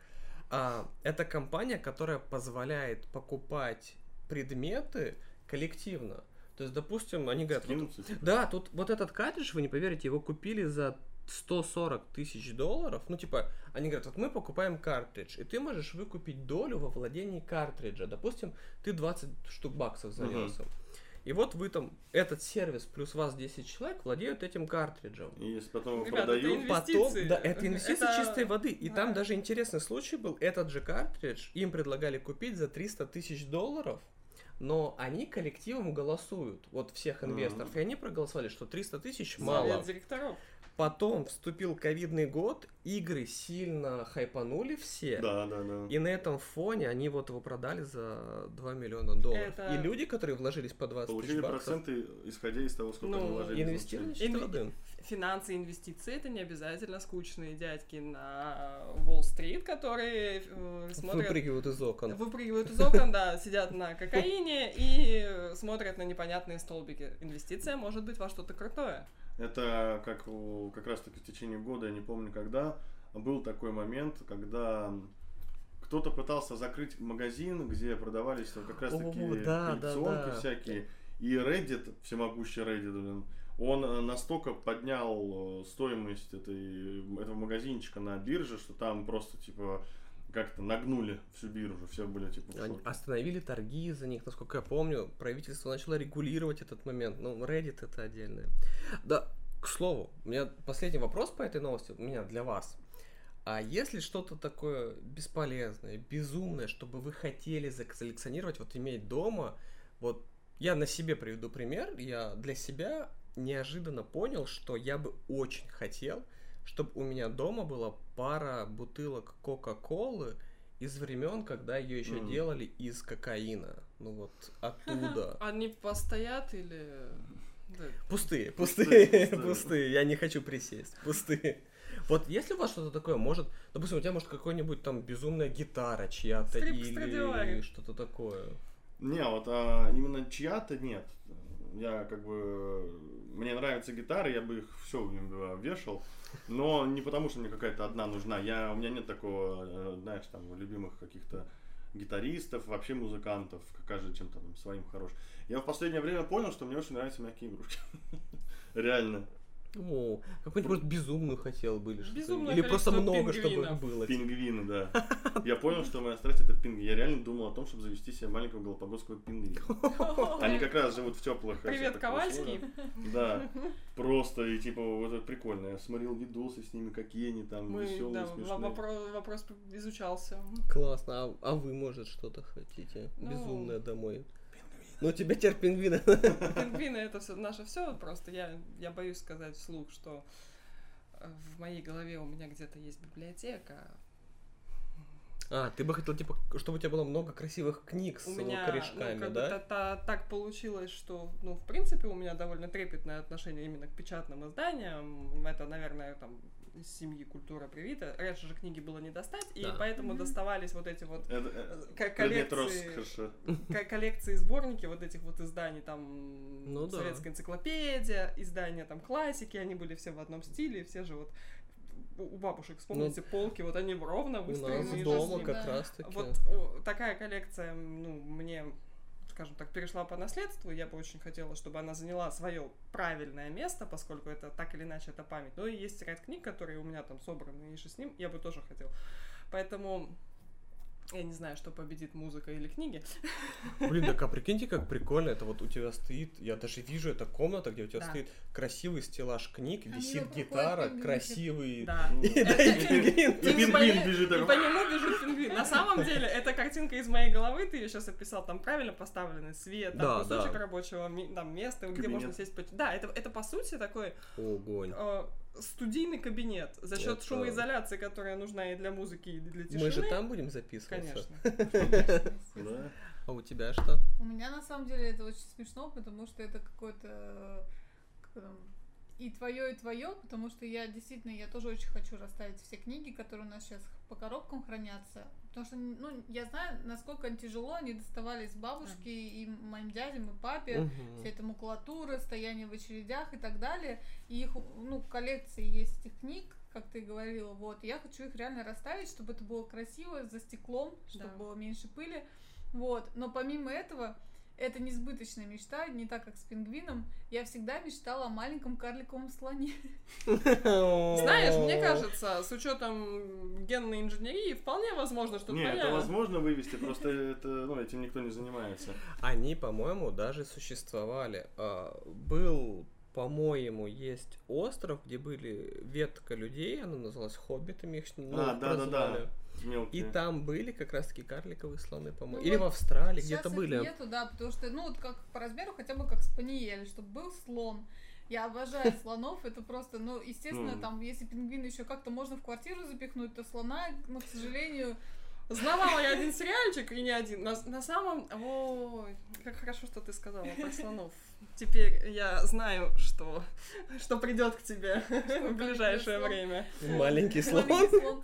Speaker 3: А, это компания, которая позволяет покупать предметы коллективно. То есть, допустим, они говорят, вот-
Speaker 4: Скинуться, типа.
Speaker 3: да, тут вот этот картридж, вы не поверите, его купили за 140 тысяч долларов. Ну, типа, они говорят, вот мы покупаем картридж, и ты можешь выкупить долю во владении картриджа. Допустим, ты 20 штук баксов занес. им. И вот вы там, этот сервис плюс вас 10 человек владеют этим картриджем.
Speaker 4: И если потом его
Speaker 2: Ребята,
Speaker 4: продают,
Speaker 2: это
Speaker 3: Потом,
Speaker 2: Инвестиции.
Speaker 3: да, это инвестиции
Speaker 2: Это-
Speaker 3: чистой воды. И
Speaker 2: да.
Speaker 3: там даже интересный случай был. Этот же картридж им предлагали купить за 300 тысяч долларов, но они коллективом голосуют, вот всех
Speaker 4: Мгм.
Speaker 3: инвесторов. И они проголосовали, что 300 тысяч
Speaker 2: Совет
Speaker 3: мало.
Speaker 2: директоров.
Speaker 3: Потом вступил ковидный год, игры сильно хайпанули все.
Speaker 4: да, да, да.
Speaker 3: И на этом фоне они вот его продали за 2 миллиона долларов.
Speaker 2: Это-
Speaker 3: И люди, которые вложились по 20
Speaker 4: Получили
Speaker 3: тысяч баксов,
Speaker 4: проценты, исходя из того, сколько
Speaker 2: Ну,
Speaker 4: они вложили.
Speaker 3: инвестировали
Speaker 4: изначально.
Speaker 3: чистой
Speaker 2: Инве-
Speaker 3: воды.
Speaker 2: Финансы и инвестиции это не обязательно скучные дядьки на Уолл-стрит, которые э, смотрят,
Speaker 3: Выпрыгивают из окон.
Speaker 2: выпрыгивают из окон, да, сидят на кокаине и э, смотрят на непонятные столбики. Инвестиция может быть во что-то крутое.
Speaker 4: Это как, у- как раз таки в течение года, я не помню когда, был такой момент, когда кто-то пытался закрыть магазин, где продавались вот как раз таки
Speaker 3: О, да, да, да.
Speaker 4: всякие. И Reddit, всемогущий Reddit, блин, он э, настолько поднял э, стоимость этой, этого магазинчика на бирже, что там просто типа как-то нагнули всю биржу, все были типа в
Speaker 3: Они
Speaker 4: шоке.
Speaker 3: остановили торги за них, насколько я помню. Правительство начало регулировать этот момент. Ну, Reddit это отдельное. Да, к слову, у меня последний вопрос по этой новости у меня для вас. А если что-то такое бесполезное, безумное, чтобы вы хотели заколлекционировать, вот иметь дома, вот я на себе приведу пример, я для себя неожиданно понял, что я бы очень хотел, чтобы у меня дома была пара бутылок Кока-Колы из времен, когда ее еще
Speaker 4: Мгм.
Speaker 3: делали из кокаина. Ну вот
Speaker 2: [laughs]
Speaker 3: оттуда.
Speaker 2: Они постоят или... да,
Speaker 3: Пустые,
Speaker 4: Пустые,
Speaker 3: пустые,
Speaker 4: пустые.
Speaker 3: [laughs] пустые. Я не хочу присесть. Пустые. Вот если у вас что-то такое, может, допустим, у тебя может какой-нибудь там безумная гитара чья-то
Speaker 2: Стрип-
Speaker 3: или
Speaker 2: Страдивари.
Speaker 3: что-то такое.
Speaker 4: Не, вот а, именно чья-то нет. Я как бы... Мне нравятся гитары, я бы их все а, вешал. Но не потому, что мне какая-то одна нужна. Я, у меня нет такого, э, знаешь, там, любимых каких-то гитаристов, вообще музыкантов, каждый чем-то там своим хорош. Я в последнее время понял, что мне очень нравятся мягкие игрушки. [laughs] Реально.
Speaker 3: О, какую-нибудь, может, безумную хотел бы или что-то.
Speaker 2: Безумное
Speaker 3: Или просто
Speaker 2: количество
Speaker 3: много, чтобы их
Speaker 2: пингвинов.
Speaker 3: было.
Speaker 2: [laughs]
Speaker 4: Пингвины, да. Я понял, что моя страсть это пингвины. Я реально думал о том, чтобы завести себе маленького голопогодского пингвина.
Speaker 2: [laughs]
Speaker 4: Они как раз живут в а теплых.
Speaker 2: Привет,
Speaker 4: всяких условиях.
Speaker 2: Ковальский.
Speaker 4: Да, просто, и типа, вот это прикольно. Я смотрел видосы с ними, какие они там
Speaker 2: Мы, да,
Speaker 4: веселые, смешные.
Speaker 2: вопро- вопрос изучался.
Speaker 3: Классно. А, а вы, может, что-то хотите?
Speaker 2: Ну.
Speaker 3: Безумное домой. Ну, тебя теперь пингвины. [laughs]
Speaker 2: Пингвины это все наше все просто. Я, я боюсь сказать вслух, что э, в моей голове у меня где-то есть библиотека.
Speaker 3: А, ты бы хотел, типа, чтобы у тебя было много красивых книг с
Speaker 2: у меня ну,
Speaker 3: корешками,
Speaker 2: как бы
Speaker 3: да?
Speaker 2: та- та- так получилось, что ну в принципе у меня довольно трепетное отношение именно к печатным изданиям. Это, наверное, там из семьи культура привита. Раньше же книги было не достать,
Speaker 3: Да.
Speaker 2: и поэтому
Speaker 1: Мгм.
Speaker 2: доставались вот эти
Speaker 3: [laughs]
Speaker 2: вот
Speaker 4: Это,
Speaker 2: э,
Speaker 4: э,
Speaker 2: к-
Speaker 4: предмет
Speaker 2: коллекции,
Speaker 4: роскоши.
Speaker 2: Ко- коллекции сборники вот этих вот изданий, там
Speaker 3: Ну да.
Speaker 2: советская энциклопедия, издания там классики, они были все в одном стиле, и все же вот у бабушек, вспомните, полки, вот они ровно
Speaker 3: Ну, У нас
Speaker 2: выстроены. и
Speaker 3: дома
Speaker 2: жизнь.
Speaker 3: как
Speaker 1: да.
Speaker 3: раз таки.
Speaker 2: Вот о, такая коллекция, ну, мне, скажем так, перешла по наследству. Я бы очень хотела, чтобы она заняла свое правильное место, поскольку это так или иначе это память. Но и есть ряд книг, которые у меня там собраны, и же с ним я бы тоже хотела. Поэтому я не знаю, что победит музыка или книги.
Speaker 3: Блин, так а прикиньте, как прикольно, это вот у тебя стоит, я даже вижу, это комната, где у тебя
Speaker 2: Да. А ну,
Speaker 3: стоит красивый стеллаж книг,
Speaker 1: Они
Speaker 3: висит
Speaker 1: его
Speaker 3: гитара,
Speaker 1: проходят,
Speaker 3: красивый... [laughs]
Speaker 2: Да.
Speaker 4: Ну,
Speaker 3: И да, и пингвин.
Speaker 2: И
Speaker 4: И
Speaker 2: по
Speaker 4: пингвин
Speaker 2: ней-
Speaker 4: бежит
Speaker 3: Ну,
Speaker 2: И по
Speaker 4: такой.
Speaker 2: нему бежит пингвин. На самом деле, эта картинка из моей головы, ты ее сейчас описал, там правильно поставленный свет, там
Speaker 3: Да,
Speaker 2: кусочек
Speaker 3: да.
Speaker 2: рабочего ми- там, места, где
Speaker 4: Кабинет.
Speaker 2: можно сесть. поч- Да, это, это по сути такой
Speaker 3: Огонь.
Speaker 2: э, студийный кабинет за счет
Speaker 3: Это-
Speaker 2: шумоизоляции, которая нужна и для музыки, и для тишины.
Speaker 3: Мы же там будем записываться?
Speaker 2: Конечно.
Speaker 1: Естественно.
Speaker 4: Да.
Speaker 3: А у тебя что?
Speaker 1: У меня на самом деле это очень смешно, потому что это какое-то э, как там, и твое, и твое, потому что я действительно, я тоже очень хочу расставить все книги, которые у нас сейчас по коробкам хранятся. Потому что, ну, я знаю, насколько им тяжело, они доставались бабушке и моим дядям, и папе.
Speaker 3: Мгм.
Speaker 1: Вся эта макулатура, стояние в очередях и так далее. И их, ну, в коллекции есть этих книг, как ты говорила, вот. Я хочу их реально расставить, чтобы это было красиво, за стеклом, чтобы
Speaker 2: Да.
Speaker 1: было меньше пыли. Вот. Но помимо этого, это несбыточная мечта, не так, как с пингвином. Я всегда мечтала о маленьком карликовом слоне.
Speaker 3: [laughs]
Speaker 2: Знаешь, мне кажется, с учетом генной инженерии вполне возможно, что
Speaker 4: Не, это
Speaker 2: твоя-
Speaker 4: возможно вывести, просто это, ну, этим никто не занимается.
Speaker 3: Они, по-моему, даже существовали. А, Был, по-моему, есть остров, где были ветка людей, она называлась хоббитами, их ну,
Speaker 4: А,
Speaker 3: их
Speaker 4: да-да-да.
Speaker 3: прозвали. И
Speaker 4: Мелкие.
Speaker 3: там были как раз-таки карликовые слоны, по-моему.
Speaker 1: Ну
Speaker 3: Или
Speaker 1: вот
Speaker 3: в Австралии
Speaker 1: Сейчас
Speaker 3: где-то
Speaker 1: их
Speaker 3: были. [laughs]
Speaker 1: нету, да, потому что, ну, вот как по размеру, хотя бы как спаниель, чтобы был слон. Я обожаю слонов, это просто, ну, естественно,
Speaker 4: Ну.
Speaker 1: там, если пингвина еще как-то можно в квартиру запихнуть, то слона, ну, к сожалению,
Speaker 2: Знавала я один сериальчик и не один. На, на самом... Ой, как хорошо, что ты сказала про слонов. Теперь я знаю, что, что придет к тебе в ближайшее
Speaker 1: слон.
Speaker 2: время.
Speaker 1: [laughs]
Speaker 3: Маленький слон.
Speaker 1: маленький слон.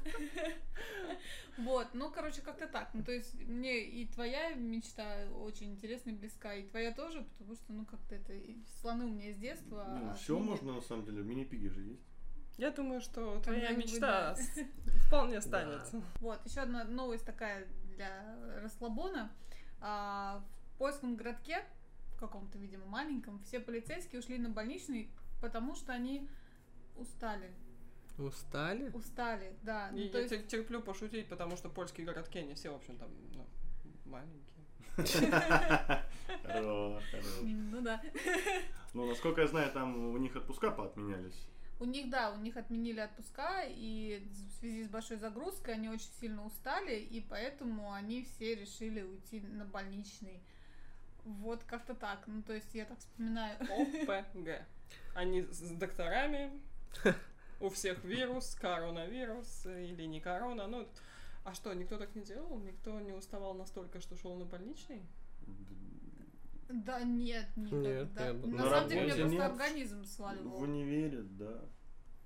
Speaker 1: Вот, ну, короче, как-то так. Ну, то есть, мне и твоя мечта очень интересна и близка, и твоя тоже, потому что, ну, как-то это... и Слоны у меня с детства. а
Speaker 4: все
Speaker 1: книги-
Speaker 4: ну, можно на самом деле, мини-пиги же есть.
Speaker 1: [laughs]
Speaker 2: Я думаю, что твоя
Speaker 1: Когда-нибудь, да.
Speaker 2: мечта с- вполне станется.
Speaker 1: Вот, еще одна новость такая для расслабона. А, в польском городке, в каком-то, видимо, маленьком, все полицейские ушли на больничный, потому что они устали.
Speaker 3: Устали?
Speaker 1: Устали, да. Ну,
Speaker 2: И
Speaker 1: то
Speaker 2: я
Speaker 1: есть,
Speaker 2: те- терплю пошутить, потому что польские городки, они все, в общем, там ну, маленькие.
Speaker 4: Хорош, хорош.
Speaker 1: ну да.
Speaker 4: Ну, насколько я знаю, там у них отпуска поотменялись.
Speaker 1: У них, да, у них отменили отпуска, и в связи с большой загрузкой они очень сильно устали, и поэтому они все решили уйти на больничный. Вот как-то так. Ну, то есть я так вспоминаю.
Speaker 2: ОПГ. Они с докторами, у всех вирус, коронавирус э, или не корона. Ну, а что, никто так не делал? Никто не уставал настолько, что шел на больничный?
Speaker 1: Да нет, никогда.
Speaker 3: Нет, я бы-
Speaker 1: На,
Speaker 4: На
Speaker 1: самом деле у меня
Speaker 4: работе
Speaker 1: просто
Speaker 4: нет.
Speaker 1: организм сваливал.
Speaker 4: В универе, да.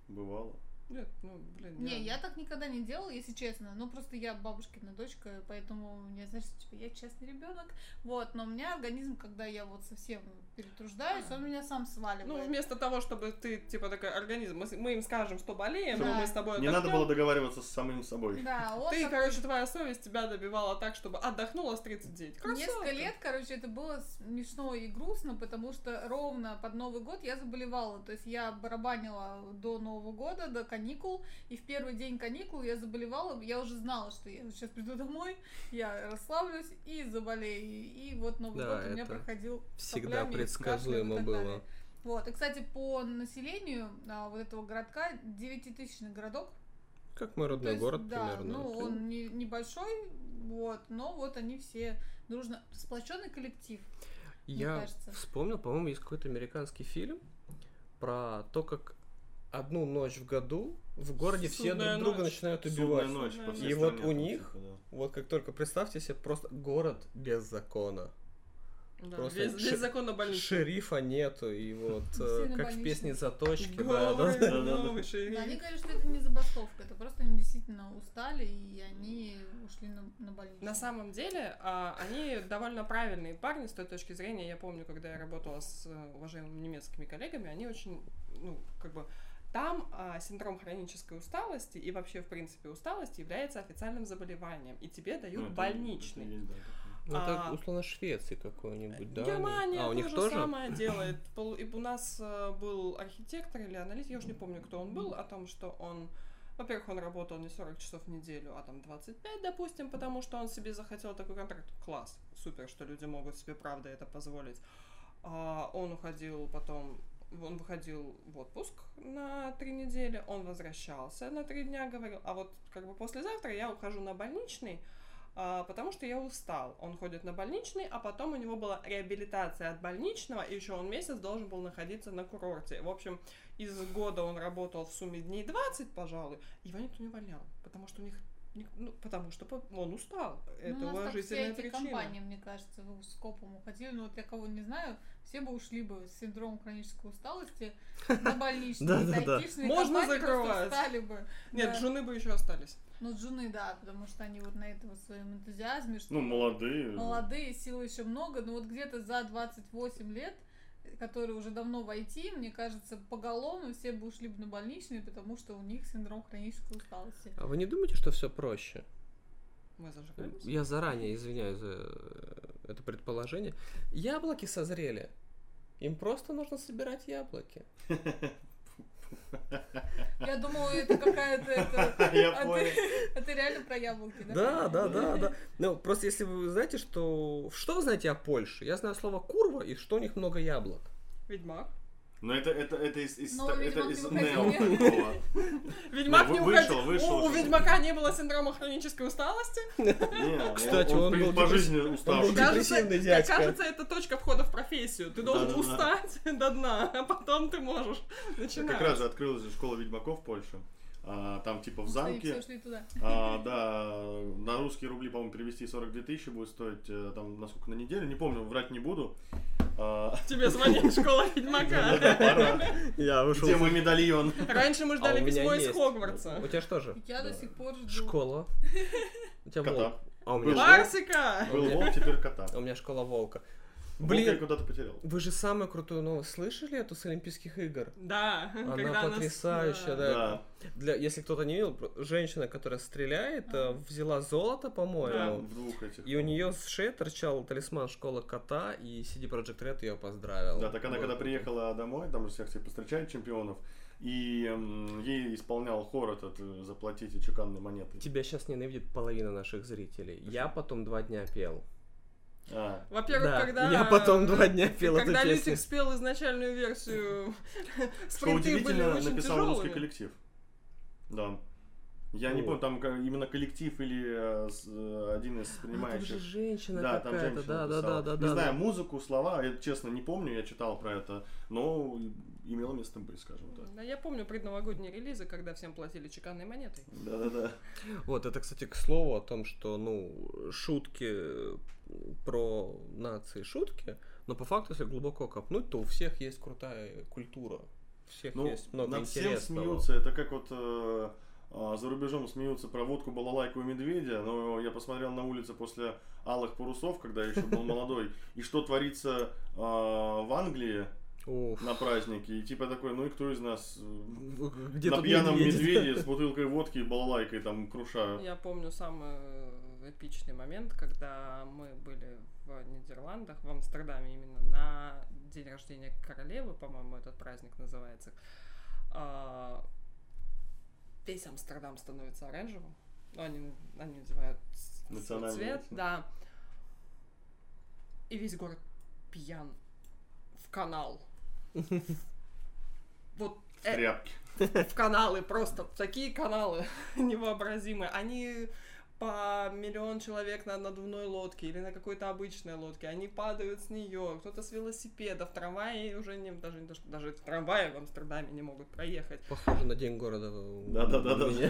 Speaker 4: Бывало.
Speaker 2: Нет, ну, блин,
Speaker 1: Не, я так никогда не делала, если честно. Ну, просто я бабушкина дочка, поэтому мне, знаешь, типа, я честный ребенок. Вот, но у меня организм, когда я вот совсем перетруждаюсь,
Speaker 2: А.
Speaker 1: он меня сам сваливает.
Speaker 2: Ну, вместо того, чтобы ты, типа, такой организм, мы, с- мы им скажем, что болеем,
Speaker 1: Да.
Speaker 2: мы с тобой
Speaker 4: Не надо
Speaker 2: отдохнем.
Speaker 4: было договариваться с самим собой.
Speaker 1: Да, он
Speaker 2: Ты,
Speaker 1: так-
Speaker 2: короче, твоя совесть тебя добивала так, чтобы отдохнула с 39. Красотка.
Speaker 1: Несколько лет, короче, это было смешно и грустно, потому что ровно под Новый год я заболевала. То есть я барабанила до Нового года, до каникул, и в первый день каникул я заболевала. Я уже знала, что я сейчас приду домой, я расслаблюсь и заболею. И вот Новый
Speaker 3: Да,
Speaker 1: год у меня
Speaker 3: это
Speaker 1: проходил с
Speaker 3: Всегда
Speaker 1: соплями,
Speaker 3: предсказуемо
Speaker 1: кашлем и так
Speaker 3: было.
Speaker 1: далее. Вот, и, кстати, по населению а, вот этого городка, 9000 городок,
Speaker 3: Как мой
Speaker 1: то
Speaker 3: родной
Speaker 1: есть,
Speaker 3: город
Speaker 1: да,
Speaker 3: примерно.
Speaker 1: Ну,
Speaker 3: Ты-
Speaker 1: он не- небольшой, вот, но вот они все дружно. Сплоченный коллектив. мне
Speaker 3: Я
Speaker 1: кажется.
Speaker 3: вспомнил, по-моему, есть какой-то американский фильм про то, как одну ночь в году в городе все
Speaker 2: Судная
Speaker 3: друг друга
Speaker 2: ночь.
Speaker 3: начинают
Speaker 4: Судная
Speaker 3: убивать.
Speaker 4: ночь по всей
Speaker 3: И вот
Speaker 4: стране
Speaker 3: у
Speaker 4: там,
Speaker 3: них-
Speaker 4: типа, да.
Speaker 3: Вот как только представьте себе просто город без закона.
Speaker 2: Да,
Speaker 3: Просто
Speaker 2: без,
Speaker 3: ши-
Speaker 2: без закона больничного.
Speaker 3: Шерифа нету, и вот
Speaker 1: Все
Speaker 3: э,
Speaker 1: на
Speaker 3: как в
Speaker 1: больничном.
Speaker 3: песне заточки, да, да,
Speaker 2: Голый
Speaker 3: да.
Speaker 4: да, да.
Speaker 2: новый шериф.
Speaker 1: Да, они говорят, что это не забастовка, это просто они действительно устали и они ушли на, на больничный.
Speaker 2: На самом деле, а, они довольно правильные парни с той точки зрения. Я помню, когда я работала с э, уважаемыми немецкими коллегами, они очень, ну, как бы Там а, синдром хронической усталости и вообще, в принципе, усталость является официальным заболеванием, и тебе
Speaker 4: Ну,
Speaker 2: дают
Speaker 4: это-
Speaker 2: больничный.
Speaker 4: это есть, да, такое.
Speaker 3: Ну,
Speaker 2: А.
Speaker 3: так, условно, Швеции какой-нибудь, да? они-
Speaker 2: Германия
Speaker 3: А, у
Speaker 2: то
Speaker 3: них
Speaker 2: же
Speaker 3: тоже? [laughs]
Speaker 2: самое делает. Пол- И у нас э, был архитектор или аналитик, я уже не помню, кто он был, о том, что он, во-первых, он работал не 40 часов в неделю, а там 25, допустим, потому что он себе захотел такой контракт. Класс, супер, что люди могут себе, правда, это позволить. А он уходил потом, он выходил в отпуск на три недели, он возвращался на три дня, говорил, а вот как бы послезавтра я ухожу на больничный, а, потому что я устал. Он ходит на больничный, а потом у него была реабилитация от больничного, и еще он месяц должен был находиться на курорте. В общем, из года он работал в сумме дней 20, пожалуй, его никто не увольнял, потому что у них ник- ну, потому что по- он устал. Это
Speaker 1: ну, у нас так все
Speaker 2: уважительная
Speaker 1: эти
Speaker 2: причина.
Speaker 1: компании, мне кажется, в- скопом уходили. Но вот я кого не знаю, все бы ушли бы с синдромом хронической усталости
Speaker 2: [laughs]
Speaker 1: на больничный.
Speaker 3: Да-да-да.
Speaker 1: айтишные
Speaker 2: Можно
Speaker 1: компании просто
Speaker 2: закрывать.
Speaker 1: встали бы.
Speaker 2: Нет,
Speaker 1: Да.
Speaker 2: жены бы еще остались.
Speaker 1: Ну, джуны, да, потому что они вот на этом своем энтузиазме, что
Speaker 4: Ну, молодые.
Speaker 1: молодые, силы еще много, но вот где-то за 28 лет, э, которые уже давно в IT, мне кажется, поголовно все бы ушли бы на больничные, потому что у них синдром хронической усталости.
Speaker 3: А вы не думаете, что все проще?
Speaker 2: Мы зажигаемся.
Speaker 3: Я заранее извиняюсь за э, это предположение. Яблоки созрели. Им просто нужно собирать яблоки.
Speaker 1: Я думала, это какая-то... это-
Speaker 4: [laughs] Я
Speaker 1: а ты-
Speaker 4: понял.
Speaker 1: А ты реально про яблоки, да?
Speaker 3: Да, да, да, да. Ну, просто если вы знаете, что... Что вы знаете о Польше? Я знаю слово курва и что у них много яблок.
Speaker 2: Ведьмак.
Speaker 4: Но это, это, это из, из,
Speaker 1: Но,
Speaker 4: ста- это
Speaker 1: видимо,
Speaker 4: из
Speaker 1: ты
Speaker 4: нео
Speaker 1: выходил.
Speaker 4: такого.
Speaker 2: Ведьмак
Speaker 4: Ну,
Speaker 2: не
Speaker 4: вы-
Speaker 2: уходил.
Speaker 4: вышел, вышел
Speaker 2: У, у
Speaker 4: уже.
Speaker 2: Ведьмака не было синдрома хронической усталости.
Speaker 4: Не,
Speaker 3: Кстати, он
Speaker 4: при-
Speaker 3: был
Speaker 4: по
Speaker 3: депресс-
Speaker 4: жизни уставший.
Speaker 3: был типа
Speaker 4: Да,
Speaker 3: депресс-
Speaker 2: Кажется,
Speaker 3: Депрессивный дядька.
Speaker 2: кажется, это точка входа в профессию. Ты должен
Speaker 4: Да-да-да.
Speaker 2: устать [laughs] до дна, а потом ты можешь начинать.
Speaker 4: Как раз же открылась школа ведьмаков в Польше. А, Там типа в
Speaker 1: Все
Speaker 4: замке,
Speaker 1: шли туда.
Speaker 4: а, да, на русские рубли, по-моему, перевести 42 тысячи будет стоить, э, там, насколько на неделю, не помню, врать не буду. А, [laughs]
Speaker 2: Тебе звонит школа
Speaker 4: да-да,
Speaker 2: Ведьмака.
Speaker 4: пора.
Speaker 3: Я
Speaker 4: Где
Speaker 3: [laughs]
Speaker 4: мой медальон?
Speaker 2: Раньше мы
Speaker 3: А
Speaker 2: ждали письмо из Хогвартса.
Speaker 3: У тебя что же?
Speaker 1: Я до сих пор жду.
Speaker 3: Школа. У тебя волк.
Speaker 4: Кота.
Speaker 3: А у
Speaker 4: Был.
Speaker 3: меня,
Speaker 2: Барсика!
Speaker 4: Был волк, теперь кота.
Speaker 3: а у меня школа волка.
Speaker 4: Блин. я
Speaker 3: Блин,
Speaker 4: куда-то потерял.
Speaker 3: вы же самую крутую новость слышали эту с Олимпийских игр?
Speaker 2: Да.
Speaker 3: Она
Speaker 2: когда нас- э,
Speaker 3: потрясающая, да.
Speaker 4: Да.
Speaker 3: Для, если кто-то не видел, про- женщина, которая стреляет, э, взяла золото,
Speaker 4: Да,
Speaker 3: по-моему.
Speaker 4: в двух этих.
Speaker 3: И у нее с шеи торчал талисман школы кота, и CD Projekt Red ее поздравил.
Speaker 4: Да, так она
Speaker 3: Вот.
Speaker 4: когда приехала домой, там же всех всех постречает чемпионов, и эм, ей исполнял хор этот э, «Заплатите чеканной монетой».
Speaker 3: Тебя сейчас ненавидит половина наших зрителей. Я потом два дня пел.
Speaker 4: А,
Speaker 2: Во-первых,
Speaker 3: Да,
Speaker 2: когда...
Speaker 3: я потом два дня пел эту
Speaker 2: Когда
Speaker 3: песню.
Speaker 2: Лютик спел изначальную
Speaker 4: [laughs]
Speaker 2: версию,
Speaker 4: что
Speaker 2: спринты были
Speaker 4: удивительно,
Speaker 2: очень
Speaker 4: написал русский
Speaker 2: тяжелыми.
Speaker 4: коллектив. Да. Я не
Speaker 3: Вот.
Speaker 4: помню, там ка- именно коллектив или э, с- э, один из
Speaker 3: А, там же
Speaker 4: принимающих.
Speaker 3: женщина
Speaker 4: да, там
Speaker 3: какая-то,
Speaker 4: женщина
Speaker 3: да, да, да,
Speaker 4: написала.
Speaker 3: да,
Speaker 4: Не
Speaker 3: да.
Speaker 4: знаю, музыку, слова, я честно не помню, я читал про это, но имело место быть, скажем так.
Speaker 2: Да, я помню предновогодние релизы, когда всем платили чеканной монетой.
Speaker 4: Да-да-да.
Speaker 3: Вот, это, кстати, к слову о том, что, ну, шутки э, про нации шутки, но по факту, если глубоко копнуть, то у всех есть крутая культура. У всех
Speaker 4: Ну,
Speaker 3: есть много
Speaker 4: над всем
Speaker 3: интересного.
Speaker 4: смеются. Это как вот э, а, за рубежом смеются про водку, балалайку и медведя. Но я посмотрел на улице после алых парусов, когда я еще был молодой, и что творится а, в Англии
Speaker 3: Уф.
Speaker 4: на празднике. И типа такой, ну и кто из нас э,
Speaker 3: Где
Speaker 4: на
Speaker 3: тут
Speaker 4: пьяном
Speaker 3: медведи?
Speaker 4: медведе с бутылкой водки и балалайкой там крушают.
Speaker 2: Я помню самый э, эпичный момент, когда мы были в Нидерландах, в Амстердаме именно, на день рождения королевы, по-моему, этот праздник называется. А, Весь Амстердам становится оранжевым. Ну, они, они называют с- свой
Speaker 4: Национальный
Speaker 2: цвет,
Speaker 4: оттенок.
Speaker 2: да. И весь город пьян в канал. Вот
Speaker 4: В
Speaker 2: э,
Speaker 4: тряпке.
Speaker 2: в каналы просто, в такие каналы [laughs] невообразимые. Они по миллион человек на надувной лодке или на какой-то обычной лодке. Они падают с нее, кто-то с велосипеда, в трамвае уже не, даже, не то, что- даже в трамвае в Амстердаме не могут
Speaker 4: [laughs]
Speaker 2: проехать.
Speaker 3: Похоже на день города. у
Speaker 4: Да-да-да-да.
Speaker 3: меня.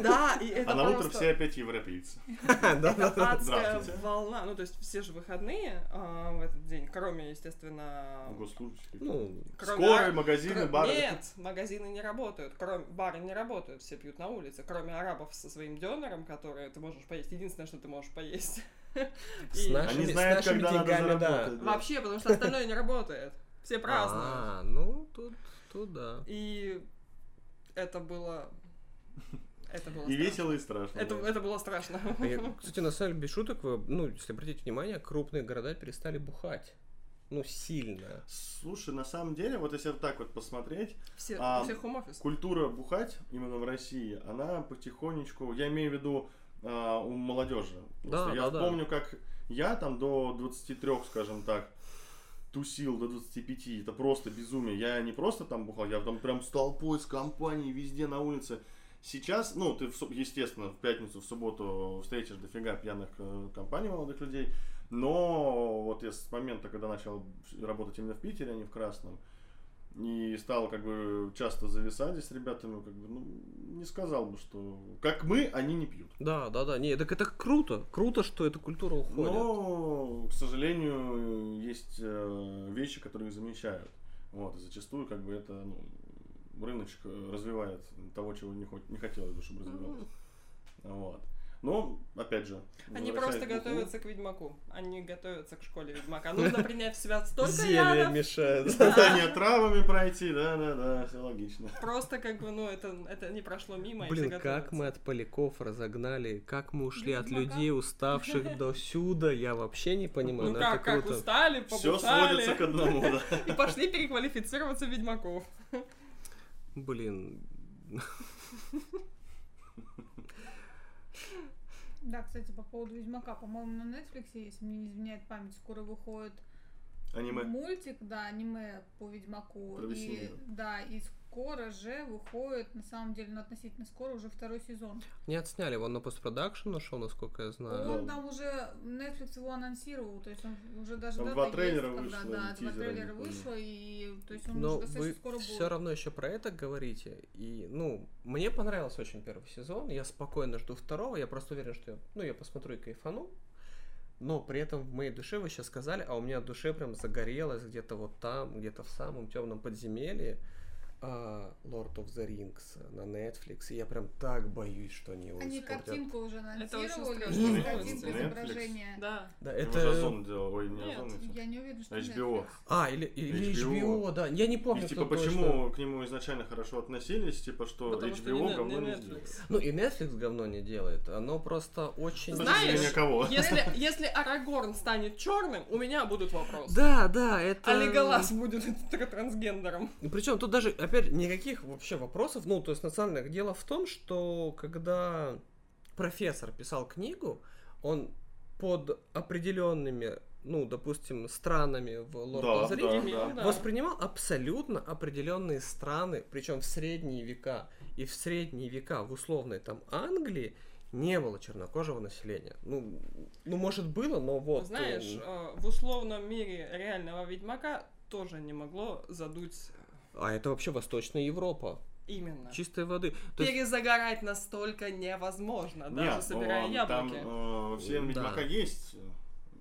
Speaker 3: [laughs]
Speaker 2: Да, и это
Speaker 4: А на утро
Speaker 2: просто-
Speaker 4: все [laughs] опять европейцы.
Speaker 3: Да-да-да.
Speaker 2: Это адская
Speaker 4: Здравствуйте.
Speaker 2: волна. Ну, то есть все же выходные а, в этот день, кроме, естественно,
Speaker 4: Госслужащие.
Speaker 3: Ну,
Speaker 2: кроме
Speaker 4: Скорые, магазины,
Speaker 2: Кро-
Speaker 4: бары.
Speaker 2: Нет, магазины не работают, кроме бары не работают, все пьют на улице, кроме арабов со своим донором, которые ты можешь поесть. Единственное, что ты можешь
Speaker 3: [laughs]
Speaker 2: поесть.
Speaker 3: с
Speaker 2: И
Speaker 3: нашими,
Speaker 4: Они
Speaker 3: с
Speaker 4: знают,
Speaker 3: нашими
Speaker 4: когда надо
Speaker 3: деньгами, да.
Speaker 4: заработать. да.
Speaker 2: Вообще, потому что остальное не работает. Все празднуют.
Speaker 3: А, ну, тут, тут да.
Speaker 2: И это было... Это было
Speaker 4: И
Speaker 2: страшно.
Speaker 4: весело, и страшно.
Speaker 2: Это,
Speaker 4: да.
Speaker 2: это было страшно.
Speaker 3: А [laughs] я- Кстати, на самом деле, без шуток, вы, ну, если обратить внимание, крупные города перестали бухать. Ну, сильно.
Speaker 4: Слушай, на самом деле, вот если вот так вот посмотреть,
Speaker 2: Все,
Speaker 4: А,
Speaker 2: все home-office.
Speaker 4: культура бухать именно в России, она потихонечку, я имею в виду а, у молодежи. Просто
Speaker 3: Да, да,
Speaker 4: я
Speaker 3: да.
Speaker 4: помню, как я там до 23, скажем так, тусил до 25, это просто безумие. Я не просто там бухал, я там прям с толпой, с компанией, везде на улице. Сейчас, ну, ты, в суб- естественно, в пятницу, в субботу встретишь дофига пьяных э, компаний молодых людей, но вот я с момента, когда начал работать именно в Питере, а не в Красном, и стал как бы часто зависать здесь с ребятами, как бы, ну, не сказал бы, что... Как мы, они не пьют.
Speaker 3: Да, да, да. Не, так это круто. Круто, что эта культура уходит.
Speaker 4: Но, к сожалению, есть э, вещи, которые их замещают. Вот, и зачастую, как бы, это, ну, рыночек э, развивает того, чего не, хо- не хотелось бы, чтобы развивалось. Вот. Но, опять же...
Speaker 2: Они
Speaker 4: возвращаясь
Speaker 2: просто
Speaker 4: к бухлу, [laughs]
Speaker 2: готовятся к Ведьмаку. Они готовятся к школе Ведьмака. Нужно принять в себя столько
Speaker 3: Зелье
Speaker 2: ядов.
Speaker 3: [laughs] мешает.
Speaker 4: Испытание травами пройти, да-да-да, все логично.
Speaker 2: Просто как бы, ну, это, это не прошло мимо. и все
Speaker 3: Блин, как
Speaker 2: готовятся.
Speaker 3: мы от поляков разогнали, как мы ушли от
Speaker 1: Ведьмака.
Speaker 3: людей,
Speaker 2: [laughs]
Speaker 3: уставших до сюда, я вообще не
Speaker 2: Ну
Speaker 3: понимаю, но
Speaker 2: как,
Speaker 3: это
Speaker 2: как
Speaker 3: круто.
Speaker 2: устали,
Speaker 4: Все
Speaker 2: побухали
Speaker 4: сводится к одному, да.
Speaker 2: [laughs] и пошли переквалифицироваться в Ведьмаков.
Speaker 3: Блин, [laughs]
Speaker 1: Да, кстати, по поводу Ведьмака, по-моему, на Netflix, если мне не изменяет память, скоро выходит
Speaker 4: Аниме.
Speaker 1: мультик, да, аниме по Ведьмаку.
Speaker 4: Про
Speaker 1: И,
Speaker 4: Весеннего.
Speaker 1: да, и скоро же выходит, на самом деле, ну, относительно скоро, уже второй сезон.
Speaker 3: не отсняли, его на постпродакшн ушел, насколько я знаю.
Speaker 1: Он там уже, Netflix его анонсировал, то есть он уже даже...
Speaker 4: Там
Speaker 1: дата
Speaker 4: два
Speaker 1: есть,
Speaker 4: трейлера
Speaker 1: когда,
Speaker 4: вышло,
Speaker 1: Да,
Speaker 4: или
Speaker 1: два
Speaker 4: тизера, я
Speaker 1: трейлера
Speaker 4: не помню.
Speaker 1: вышло, и то есть он
Speaker 3: Но
Speaker 1: уже достаточно
Speaker 3: вы
Speaker 1: скоро будет.
Speaker 3: все равно еще про это говорите. И, ну, мне понравился очень первый сезон. Я спокойно жду второго. Я просто уверен, что я, ну, я посмотрю и кайфану. Но при этом в моей душе вы сейчас сказали, а у меня в душе прям загорелось где-то вот там, где-то в самом темном подземелье а, Lord of the Rings на Netflix. И я прям так боюсь, что они его
Speaker 1: Они
Speaker 3: испортят.
Speaker 1: картинку уже анонсировали,
Speaker 2: очень
Speaker 4: страшно.
Speaker 1: с картинкой
Speaker 4: Netflix.
Speaker 1: изображения.
Speaker 2: Да.
Speaker 3: Да,
Speaker 4: Это...
Speaker 3: это...
Speaker 4: делал, ой, не
Speaker 2: Нет,
Speaker 4: Озон, это-
Speaker 1: Я не уверена, что
Speaker 4: HBO.
Speaker 1: Netflix.
Speaker 3: А, или, или
Speaker 4: HBO.
Speaker 3: HBO. да. Я не помню,
Speaker 4: И, типа,
Speaker 3: кто точно.
Speaker 4: почему к нему изначально хорошо относились, типа, что
Speaker 2: Потому что
Speaker 4: HBO
Speaker 2: не-
Speaker 4: говно
Speaker 2: не
Speaker 4: не
Speaker 2: Netflix.
Speaker 4: сделает.
Speaker 3: Ну и Netflix говно не делает. Оно просто очень...
Speaker 4: С точки
Speaker 2: Знаешь,
Speaker 4: зрения кого?
Speaker 2: Если, если Арагорн станет черным, у меня будут вопросы.
Speaker 3: Да, да, это...
Speaker 2: А Леголас будет [laughs] тр- трансгендером.
Speaker 3: Причем тут даже, опять, никаких вообще вопросов. Ну, то есть, на самом деле, дело в том, что когда профессор писал книгу, он под определенными, ну, допустим, странами в Лорд
Speaker 4: Да,
Speaker 3: оф the Rings»
Speaker 4: да,
Speaker 2: Именно,
Speaker 4: да.
Speaker 2: да.
Speaker 3: воспринимал абсолютно определенные страны, причем в средние века. И в средние века в условной там Англии не было чернокожего населения. Ну, ну может было, но вот.
Speaker 2: Знаешь,
Speaker 3: эм,
Speaker 2: э, в условном мире реального Ведьмака тоже не могло задуть
Speaker 3: а это вообще Восточная Европа,
Speaker 2: именно.
Speaker 3: чистой воды. То есть-
Speaker 2: Перезагорать настолько невозможно, даже
Speaker 4: Нет,
Speaker 2: собирая
Speaker 4: ну,
Speaker 2: яблоки.
Speaker 4: Там э, всем
Speaker 3: Да.
Speaker 4: Ведьмака есть э,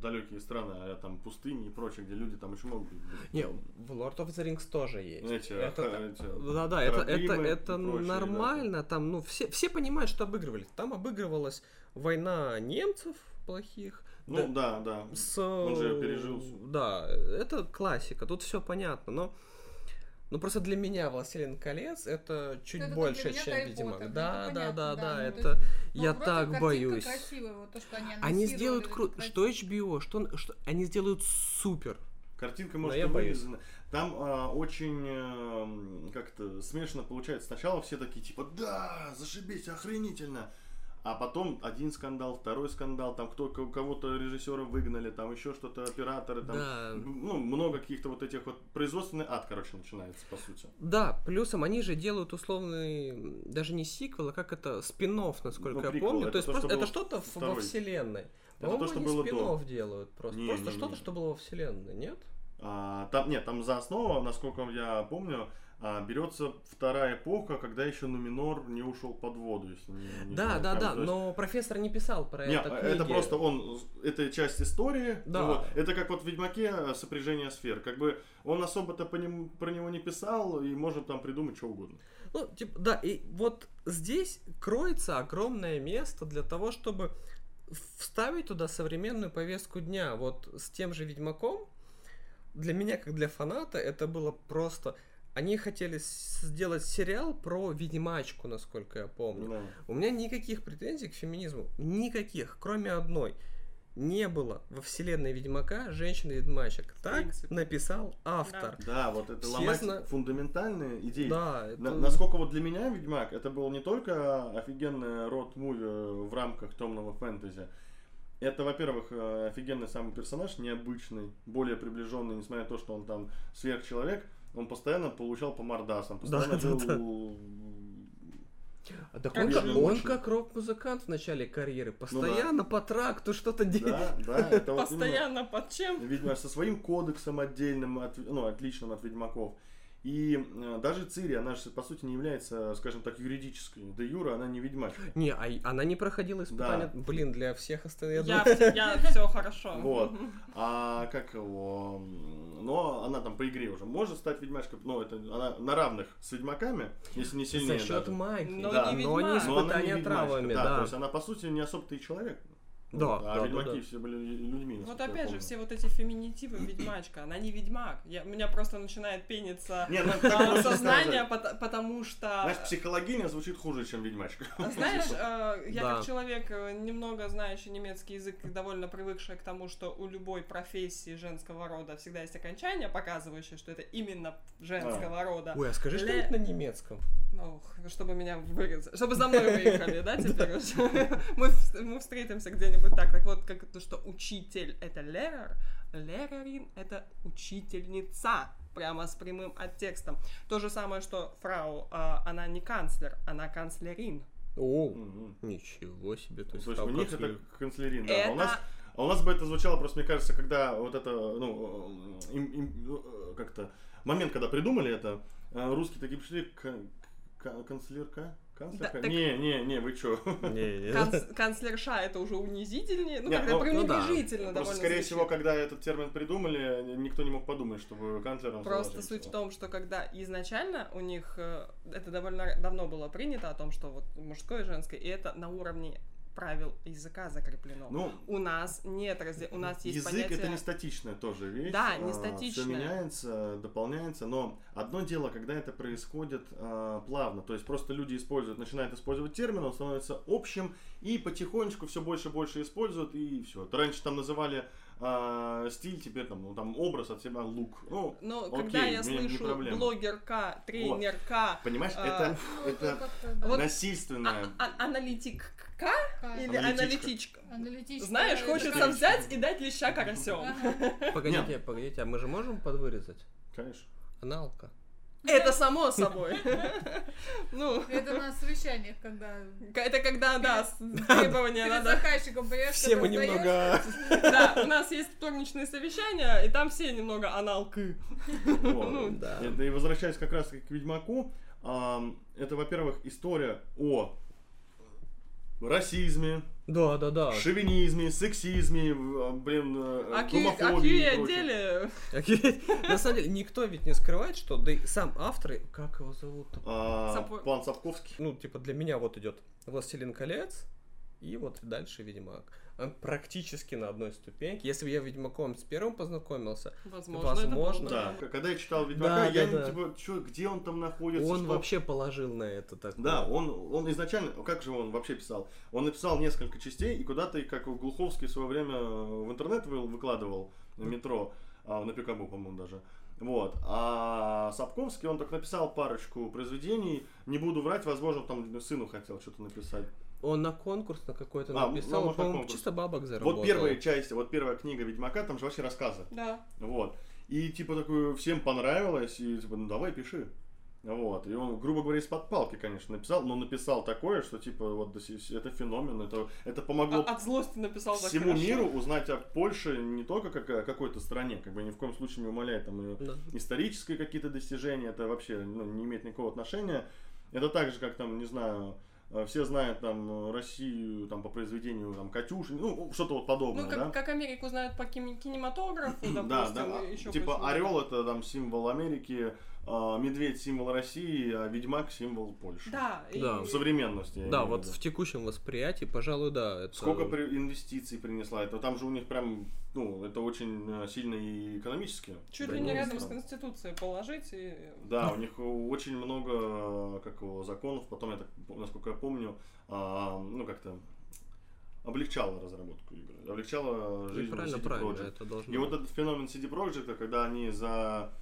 Speaker 4: далекие страны, а там пустыни и прочее, где люди там еще могут быть.
Speaker 3: Не, в Lord of the Rings тоже есть.
Speaker 4: Эти,
Speaker 3: Это-
Speaker 4: э, эти
Speaker 3: Да, да, это, это,
Speaker 4: Карабимы и
Speaker 3: это
Speaker 4: прочие, да,
Speaker 3: нормально. Там, ну, все, все понимают, что обыгрывали. Там обыгрывалась война немцев плохих.
Speaker 4: Ну да, да.
Speaker 3: с...
Speaker 4: он же её пережил.
Speaker 3: Да, это классика, тут все понятно, но. Ну просто для меня Властелин колец это чуть
Speaker 1: Ну, Это как
Speaker 3: больше,
Speaker 1: для меня
Speaker 3: чем
Speaker 1: Гарри
Speaker 3: Ведьмак.
Speaker 1: Поттер, ну,
Speaker 3: Да,
Speaker 1: это
Speaker 3: да, да,
Speaker 1: понятно, ну,
Speaker 3: да,
Speaker 1: то
Speaker 3: это.
Speaker 1: есть, ну,
Speaker 3: я
Speaker 1: вроде
Speaker 3: так
Speaker 1: картинка
Speaker 3: боюсь.
Speaker 1: красивая, вот то, что
Speaker 3: Они
Speaker 1: анонсировали,
Speaker 3: сделают
Speaker 1: это
Speaker 3: круто.
Speaker 1: красиво.
Speaker 3: Что HBO, что, что они сделают супер.
Speaker 4: Картинка может
Speaker 3: я
Speaker 4: быть
Speaker 3: боюсь.
Speaker 4: вырезана. Там а, очень эм, как-то смешно получается. Сначала все такие типа да, зашибись, охренительно. А потом один скандал, второй скандал, там кто у кого-то режиссера выгнали, там еще что-то операторы, там
Speaker 3: Да.
Speaker 4: ну, много каких-то вот этих вот производственный ад, короче, начинается по сути.
Speaker 3: Да, плюсом они же делают условный, м, даже не сиквел, а как это, спин насколько
Speaker 4: Ну,
Speaker 3: я
Speaker 4: приквел,
Speaker 3: помню.
Speaker 4: это
Speaker 3: то есть
Speaker 4: то,
Speaker 3: просто
Speaker 4: что
Speaker 3: это
Speaker 4: было
Speaker 3: что-то в- во
Speaker 4: второй.
Speaker 3: вселенной.
Speaker 4: то,
Speaker 3: По-моему,
Speaker 4: что
Speaker 3: они
Speaker 4: было до.
Speaker 3: спин-офф делают просто.
Speaker 4: Не,
Speaker 3: просто
Speaker 4: не, не,
Speaker 3: что-то,
Speaker 4: не.
Speaker 3: что было во вселенной, нет?
Speaker 4: А, там нет, там за основу, насколько я помню, а, берется вторая эпоха, когда еще Нуминор не ушел под воду, если не, не
Speaker 3: Да,
Speaker 4: знаю,
Speaker 3: да,
Speaker 4: там,
Speaker 3: да,
Speaker 4: то есть-
Speaker 3: но профессор не писал про
Speaker 4: Нет,
Speaker 3: это
Speaker 4: а
Speaker 3: книги.
Speaker 4: это просто он, это часть истории.
Speaker 3: Да.
Speaker 4: Ну вот, это как вот в Ведьмаке э, сопряжение сфер. Как бы он особо-то по нему, про него не писал и можно там придумать что угодно.
Speaker 3: Ну, типа, да, и вот здесь кроется огромное место для того, чтобы вставить туда современную повестку дня. Вот с тем же Ведьмаком, для меня, как для фаната, это было просто Они хотели с- сделать сериал про ведьмачку, насколько я помню.
Speaker 4: Да.
Speaker 3: У меня никаких претензий к феминизму. Никаких, кроме одной. Не было во вселенной Ведьмака женщин-ведьмачек. Так
Speaker 2: принципе.
Speaker 3: написал автор.
Speaker 4: Да, вот это
Speaker 3: Честно-
Speaker 4: ломать фундаментальные идеи.
Speaker 3: Да, это-
Speaker 4: На- насколько вот для меня Ведьмак это был не только офигенный род муви э, в рамках темного фэнтези. Это, во-первых, э, офигенный самый персонаж, необычный, более приближенный, несмотря на то, что он там сверхчеловек, он постоянно получал по мордасам, постоянно
Speaker 3: Да, да, да.
Speaker 4: был...
Speaker 3: А так
Speaker 2: Как
Speaker 3: он, как,
Speaker 4: же
Speaker 3: он
Speaker 4: лучше.
Speaker 3: как рок-музыкант в начале карьеры. Постоянно по тракту что-то делает.
Speaker 4: Да, да, это вот именно-
Speaker 2: Постоянно под чем?
Speaker 4: Ведьмак со своим кодексом отдельным, от- ну, отличным от ведьмаков. И э, даже Цири, она же, по сути, не является, скажем так, юридической. Де Юра, она не ведьмачка.
Speaker 3: Не, а и- она не проходила испытания.
Speaker 4: Да.
Speaker 3: Блин, для всех остальных.
Speaker 2: Я, все хорошо.
Speaker 4: Вот.
Speaker 2: [laughs]
Speaker 4: А как его... м, Но она там по игре уже может стать ведьмачкой, но это она на равных с ведьмаками, если не
Speaker 3: За
Speaker 4: сильнее
Speaker 3: счет
Speaker 4: даже.
Speaker 3: магии.
Speaker 2: Но
Speaker 4: Да.
Speaker 2: не
Speaker 3: Но
Speaker 2: ведьмак.
Speaker 3: не
Speaker 4: Но она не
Speaker 3: испытания
Speaker 4: ведьмачка,
Speaker 3: травами,
Speaker 4: да. То
Speaker 3: да.
Speaker 4: есть она, по сути, не особо-то и человек.
Speaker 3: Да,
Speaker 4: Вот,
Speaker 3: да,
Speaker 4: а
Speaker 3: да,
Speaker 4: ведьмаки
Speaker 3: да.
Speaker 4: все были людьми.
Speaker 2: Вот
Speaker 4: насколько я
Speaker 2: опять же,
Speaker 4: помню.
Speaker 2: все вот эти феминитивы ведьмачка, она не ведьмак. Я, у меня просто начинает пениться
Speaker 4: [laughs] Не, ну,
Speaker 2: а, [laughs]
Speaker 4: так можно
Speaker 2: сознание,
Speaker 4: сказать.
Speaker 2: пото- потому что...
Speaker 4: Знаешь, психологиня звучит хуже, чем ведьмачка.
Speaker 2: А
Speaker 4: [laughs]
Speaker 2: Знаешь, э, я
Speaker 3: Да.
Speaker 2: как человек, э, немного знающий немецкий язык, и довольно привыкший к тому, что у любой профессии женского рода всегда есть окончание, показывающее, что это именно женского рода.
Speaker 3: Ой, а скажи
Speaker 2: Ле-
Speaker 3: что-нибудь на немецком.
Speaker 2: Ох, чтобы меня вырезали. Чтобы за мной выехали, да, теперь уже? [laughs] Мы вс- Мы встретимся где-нибудь так. Так вот, как то, что учитель — это лерер, лерерин — это учительница. Прямо с прямым оттекстом. То же самое, что фрау, а, она не канцлер, она канцлерин.
Speaker 3: О,
Speaker 4: Мгм.
Speaker 3: ничего себе. То
Speaker 4: Ну, То
Speaker 3: есть
Speaker 4: есть у
Speaker 3: там
Speaker 4: них
Speaker 3: как
Speaker 4: это
Speaker 3: ли-
Speaker 4: канцлерин, да. А
Speaker 2: Это
Speaker 4: у нас А у нас бы это звучало просто, мне кажется, когда вот это, ну, э, им- им, э, как-то момент, когда придумали это, э, русские такие пришли к, к- канцлерка, канцлерка.
Speaker 2: Да, так- Ну,
Speaker 4: Не, не, не, вы чё?
Speaker 3: Не,
Speaker 2: Канц- канцлерша это уже унизительнее, ну
Speaker 4: Э? Не,
Speaker 2: когда
Speaker 4: ну,
Speaker 2: пренебрежительно
Speaker 4: Просто,
Speaker 2: довольно
Speaker 4: скорее
Speaker 2: звучит.
Speaker 4: всего, когда этот термин придумали, никто не мог подумать, чтобы канцлером
Speaker 2: Просто
Speaker 4: звали
Speaker 2: суть в
Speaker 4: женщину.
Speaker 2: том, что когда изначально у них э, это довольно р- давно было принято о том, что вот мужское и женское, и это на уровне правил языка закреплено.
Speaker 4: Ну,
Speaker 2: у нас нет разде... у нас есть
Speaker 4: язык
Speaker 2: понятие.
Speaker 4: это не статичная тоже вещь.
Speaker 2: Да, не
Speaker 4: Все
Speaker 2: статичная.
Speaker 4: меняется, дополняется, но одно дело, когда это происходит а, плавно, то есть просто люди используют, начинают использовать термин, он становится общим и потихонечку все больше и больше используют и все. Раньше там называли а, стиль, теперь там, ну, там образ от себя лук. Ну,
Speaker 2: Но
Speaker 4: Окей,
Speaker 2: когда я
Speaker 4: мне не
Speaker 2: слышу
Speaker 4: проблема.
Speaker 2: блогерка, тренерка,
Speaker 4: понимаешь,
Speaker 2: А,
Speaker 4: это,
Speaker 1: ну, Это
Speaker 4: это
Speaker 1: как-то, да,
Speaker 2: Вот-
Speaker 4: насильственное.
Speaker 2: а- а- аналитикка
Speaker 1: такая
Speaker 2: или
Speaker 4: Аналитичка.
Speaker 2: аналитичка.
Speaker 1: аналитическая,
Speaker 2: Знаешь,
Speaker 1: это
Speaker 2: хочется
Speaker 1: как-
Speaker 2: взять и дать леща карасем.
Speaker 1: Ага.
Speaker 3: [laughs] Погодите, погодите, а мы же можем подвырезать?
Speaker 2: а, [laughs]
Speaker 4: Конечно.
Speaker 3: Аналка.
Speaker 2: Это само собой. [laughs] Ну,
Speaker 1: Это на совещаниях, когда
Speaker 2: К- Это когда, да, с- требования
Speaker 1: перед
Speaker 2: надо.
Speaker 1: заказчиком поешь,
Speaker 3: Все мы немного...
Speaker 2: Да, у нас есть вторничные совещания, и там все немного аналки. ну
Speaker 4: Вот.
Speaker 3: Да.
Speaker 4: Это и возвращаясь как раз к Ведьмаку, ам, это, во-первых, история о расизме,
Speaker 3: Да, да, да.
Speaker 4: шовинизме, сексизме, в- а, блин, э,
Speaker 2: А
Speaker 4: гомофобии и
Speaker 2: кью
Speaker 4: прочее.
Speaker 2: отделе
Speaker 3: Окей. [laughs] На самом деле, никто ведь не скрывает, что да и сам автор, и- как его зовут?
Speaker 4: А,
Speaker 2: Сапо-
Speaker 4: План Сапковский.
Speaker 3: Ну, типа, для меня вот идет Властелин колец, и вот дальше Ведьмак. Он практически на одной ступеньке. Если бы я Ведьмаком с первым познакомился,
Speaker 2: Возможно,
Speaker 3: Возможно.
Speaker 2: это
Speaker 4: Да.
Speaker 2: было.
Speaker 4: К- Когда я читал Ведьмака,
Speaker 3: Да, да,
Speaker 4: я не
Speaker 3: да.
Speaker 4: типа, чё, где он там находится?
Speaker 3: он
Speaker 4: что-
Speaker 3: вообще положил на это так.
Speaker 4: Да, он, он изначально, как же он вообще писал? Он написал несколько частей и куда-то, и как в Глуховский в свое время э, в интернет вы- выкладывал на метро, а, на Пикабу, по-моему, даже. Вот. А Сапковский, он так написал парочку произведений. Не буду врать, возможно, там сыну хотел что-то написать.
Speaker 3: Он на конкурс на какой-то
Speaker 4: А,
Speaker 3: написал,
Speaker 4: ну,
Speaker 3: он,
Speaker 4: может, на
Speaker 3: по-моему,
Speaker 4: конкурс.
Speaker 3: чисто бабок заработал.
Speaker 4: Вот первая часть, вот первая книга Ведьмака, там же вообще рассказы.
Speaker 2: Да.
Speaker 4: Вот. И типа такое всем понравилось, и типа, ну давай пиши. Вот. И он, грубо говоря, из-под палки, конечно, написал, но написал такое, что типа вот до сих- это феномен, это, это
Speaker 2: А-
Speaker 4: помогло
Speaker 2: От злости написал так
Speaker 4: Ну, всему
Speaker 2: хорошо.
Speaker 4: миру узнать о Польше не только как о какой-то стране, как бы ни в коем случае не умаляет там ее
Speaker 3: Да.
Speaker 4: исторические какие-то достижения, это вообще ну, не имеет никакого отношения. Это так же, как там, не знаю, э, все знают там э, Россию там по произведению там Катюшин, ну что-то вот подобное,
Speaker 2: Ну,
Speaker 4: да?
Speaker 2: как, как Америку знают по кини- кинематографу,
Speaker 4: Да,
Speaker 2: допустим,
Speaker 4: да.
Speaker 2: и еще
Speaker 4: Типа
Speaker 2: почему-то.
Speaker 4: орел это там символ Америки, а, медведь символ России, а ведьмак символ Польши. А,
Speaker 2: Да, и-
Speaker 4: В современности. я
Speaker 3: Да,
Speaker 4: имею в
Speaker 3: вот
Speaker 4: виду.
Speaker 3: в текущем восприятии, пожалуй, да. это-
Speaker 4: Сколько при- инвестиций принесла это? Там же у них прям, ну, это очень э, сильно и экономически.
Speaker 2: Чуть ли не
Speaker 4: дается.
Speaker 2: рядом с Конституцией положить и... [laughs]
Speaker 4: Да, у них очень много э, как его, законов, потом, я так, насколько я помню, а, ну как-то облегчало разработку игры, облегчало
Speaker 3: И
Speaker 4: жизнь
Speaker 3: Ну, правильно,
Speaker 4: CD
Speaker 3: правильно,
Speaker 4: Projekt.
Speaker 3: это должно
Speaker 4: И вот
Speaker 3: быть.
Speaker 4: этот феномен CD Projekt, когда они за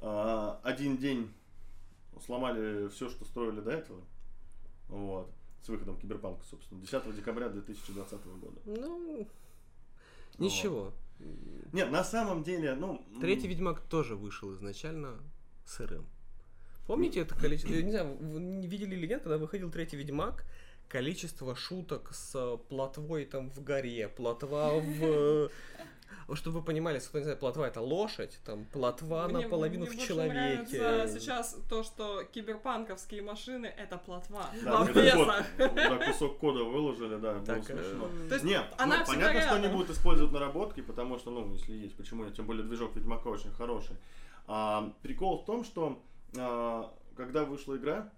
Speaker 4: а, один день сломали все, что строили до этого, вот, с выходом Киберпанка, собственно, 10 декабря 2020 года.
Speaker 3: Ну,
Speaker 4: Ну,
Speaker 3: ничего.
Speaker 4: Нет, на самом деле, ну... м,
Speaker 3: Третий Ведьмак тоже вышел изначально сырым. Помните это количество... Не знаю, вы не видели ли нет, когда выходил третий Ведьмак, количество шуток с э, плотвой там в горе, плотва в... э, Чтобы вы понимали, если кто не знает, плотва это лошадь, там плотва
Speaker 2: Мне-
Speaker 3: наполовину
Speaker 2: мне
Speaker 3: в
Speaker 2: больше
Speaker 3: человеке.
Speaker 2: нравится сейчас то, что киберпанковские машины — это плотва.
Speaker 4: Да,
Speaker 2: Во
Speaker 4: когда код-
Speaker 2: весах.
Speaker 4: когда кусок кода выложили, да, было
Speaker 3: Так, э,
Speaker 4: смешно.
Speaker 2: То есть
Speaker 4: Нет,
Speaker 2: она
Speaker 4: ну,
Speaker 2: всегда
Speaker 4: понятно, что они
Speaker 2: рядом.
Speaker 4: будут использовать наработки, потому что, ну, если есть, почему, тем более движок Ведьмака очень хороший. А, прикол в том, что а, когда вышла игра,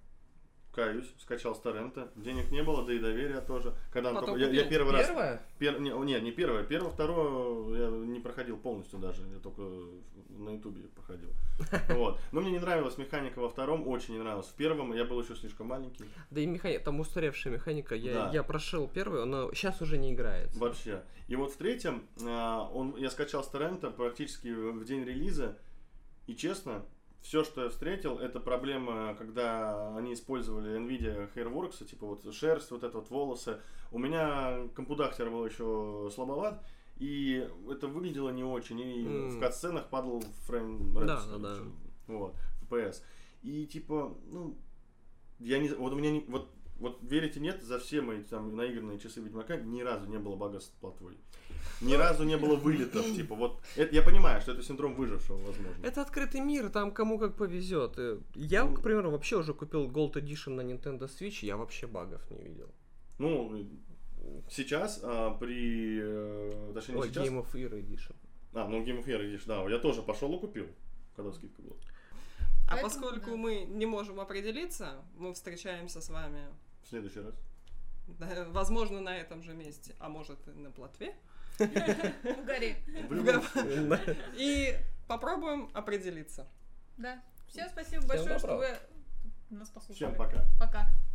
Speaker 4: каюсь, скачал с торрента, денег не было, да и доверия тоже. Когда она
Speaker 2: Потом
Speaker 4: только- я, я
Speaker 2: купил.
Speaker 4: первый раз,
Speaker 3: Первое?
Speaker 4: пер- не, о, не, не первое, первое, второе я не проходил полностью даже, я только на ютубе проходил.
Speaker 3: [laughs]
Speaker 4: Вот. Но мне не нравилась механика во втором, очень не нравилась. В первом я был еще слишком маленький.
Speaker 3: Да и механика, там устаревшая механика. Я,
Speaker 4: Да.
Speaker 3: я прошел первый, она сейчас уже не играет.
Speaker 4: Вообще. И вот в третьем а, он, я скачал с торрента практически в в день релиза. И честно, все, что я встретил, это проблема, когда они использовали NVIDIA Hairworks, типа вот шерсть, вот это вот волосы. У меня компудахтер был еще слабоват, и это выглядело не очень. И
Speaker 3: М.
Speaker 4: в кат-сценах падал фрейм rate,
Speaker 3: Да,
Speaker 4: что ли,
Speaker 3: да, да.
Speaker 4: что ли. Вот, FPS. И типа, ну, я не, вот у меня не, вот, вот верите нет, за все мои там наигранные часы Ведьмака ни разу не было бага с платвой. Ни разу не было вылетов, типа, вот, это, я понимаю, что это синдром выжившего, возможно.
Speaker 3: Это открытый мир, там кому как повезет. Э, Я,
Speaker 4: Ну.
Speaker 3: к примеру, вообще уже купил Gold Edition на Nintendo Switch, и я вообще багов не видел.
Speaker 4: Ну, сейчас, а, при, э, точнее, не
Speaker 3: Ой,
Speaker 4: сейчас,
Speaker 3: Game of Year Edition.
Speaker 4: а, ну, Game of Year, видишь, да, я тоже пошел и купил, когда скидка была.
Speaker 2: А
Speaker 1: Поэтому,
Speaker 2: поскольку
Speaker 1: да.
Speaker 2: мы не можем определиться, мы встречаемся с вами,
Speaker 4: В следующий раз.
Speaker 2: да, [laughs] возможно, на этом же месте, а может и на плотве.
Speaker 1: В горе.
Speaker 4: В любом случае.
Speaker 2: И попробуем определиться.
Speaker 1: Да. Всем спасибо большое, что
Speaker 3: добра.
Speaker 1: вы нас послушали.
Speaker 4: Всем пока.
Speaker 1: Пока.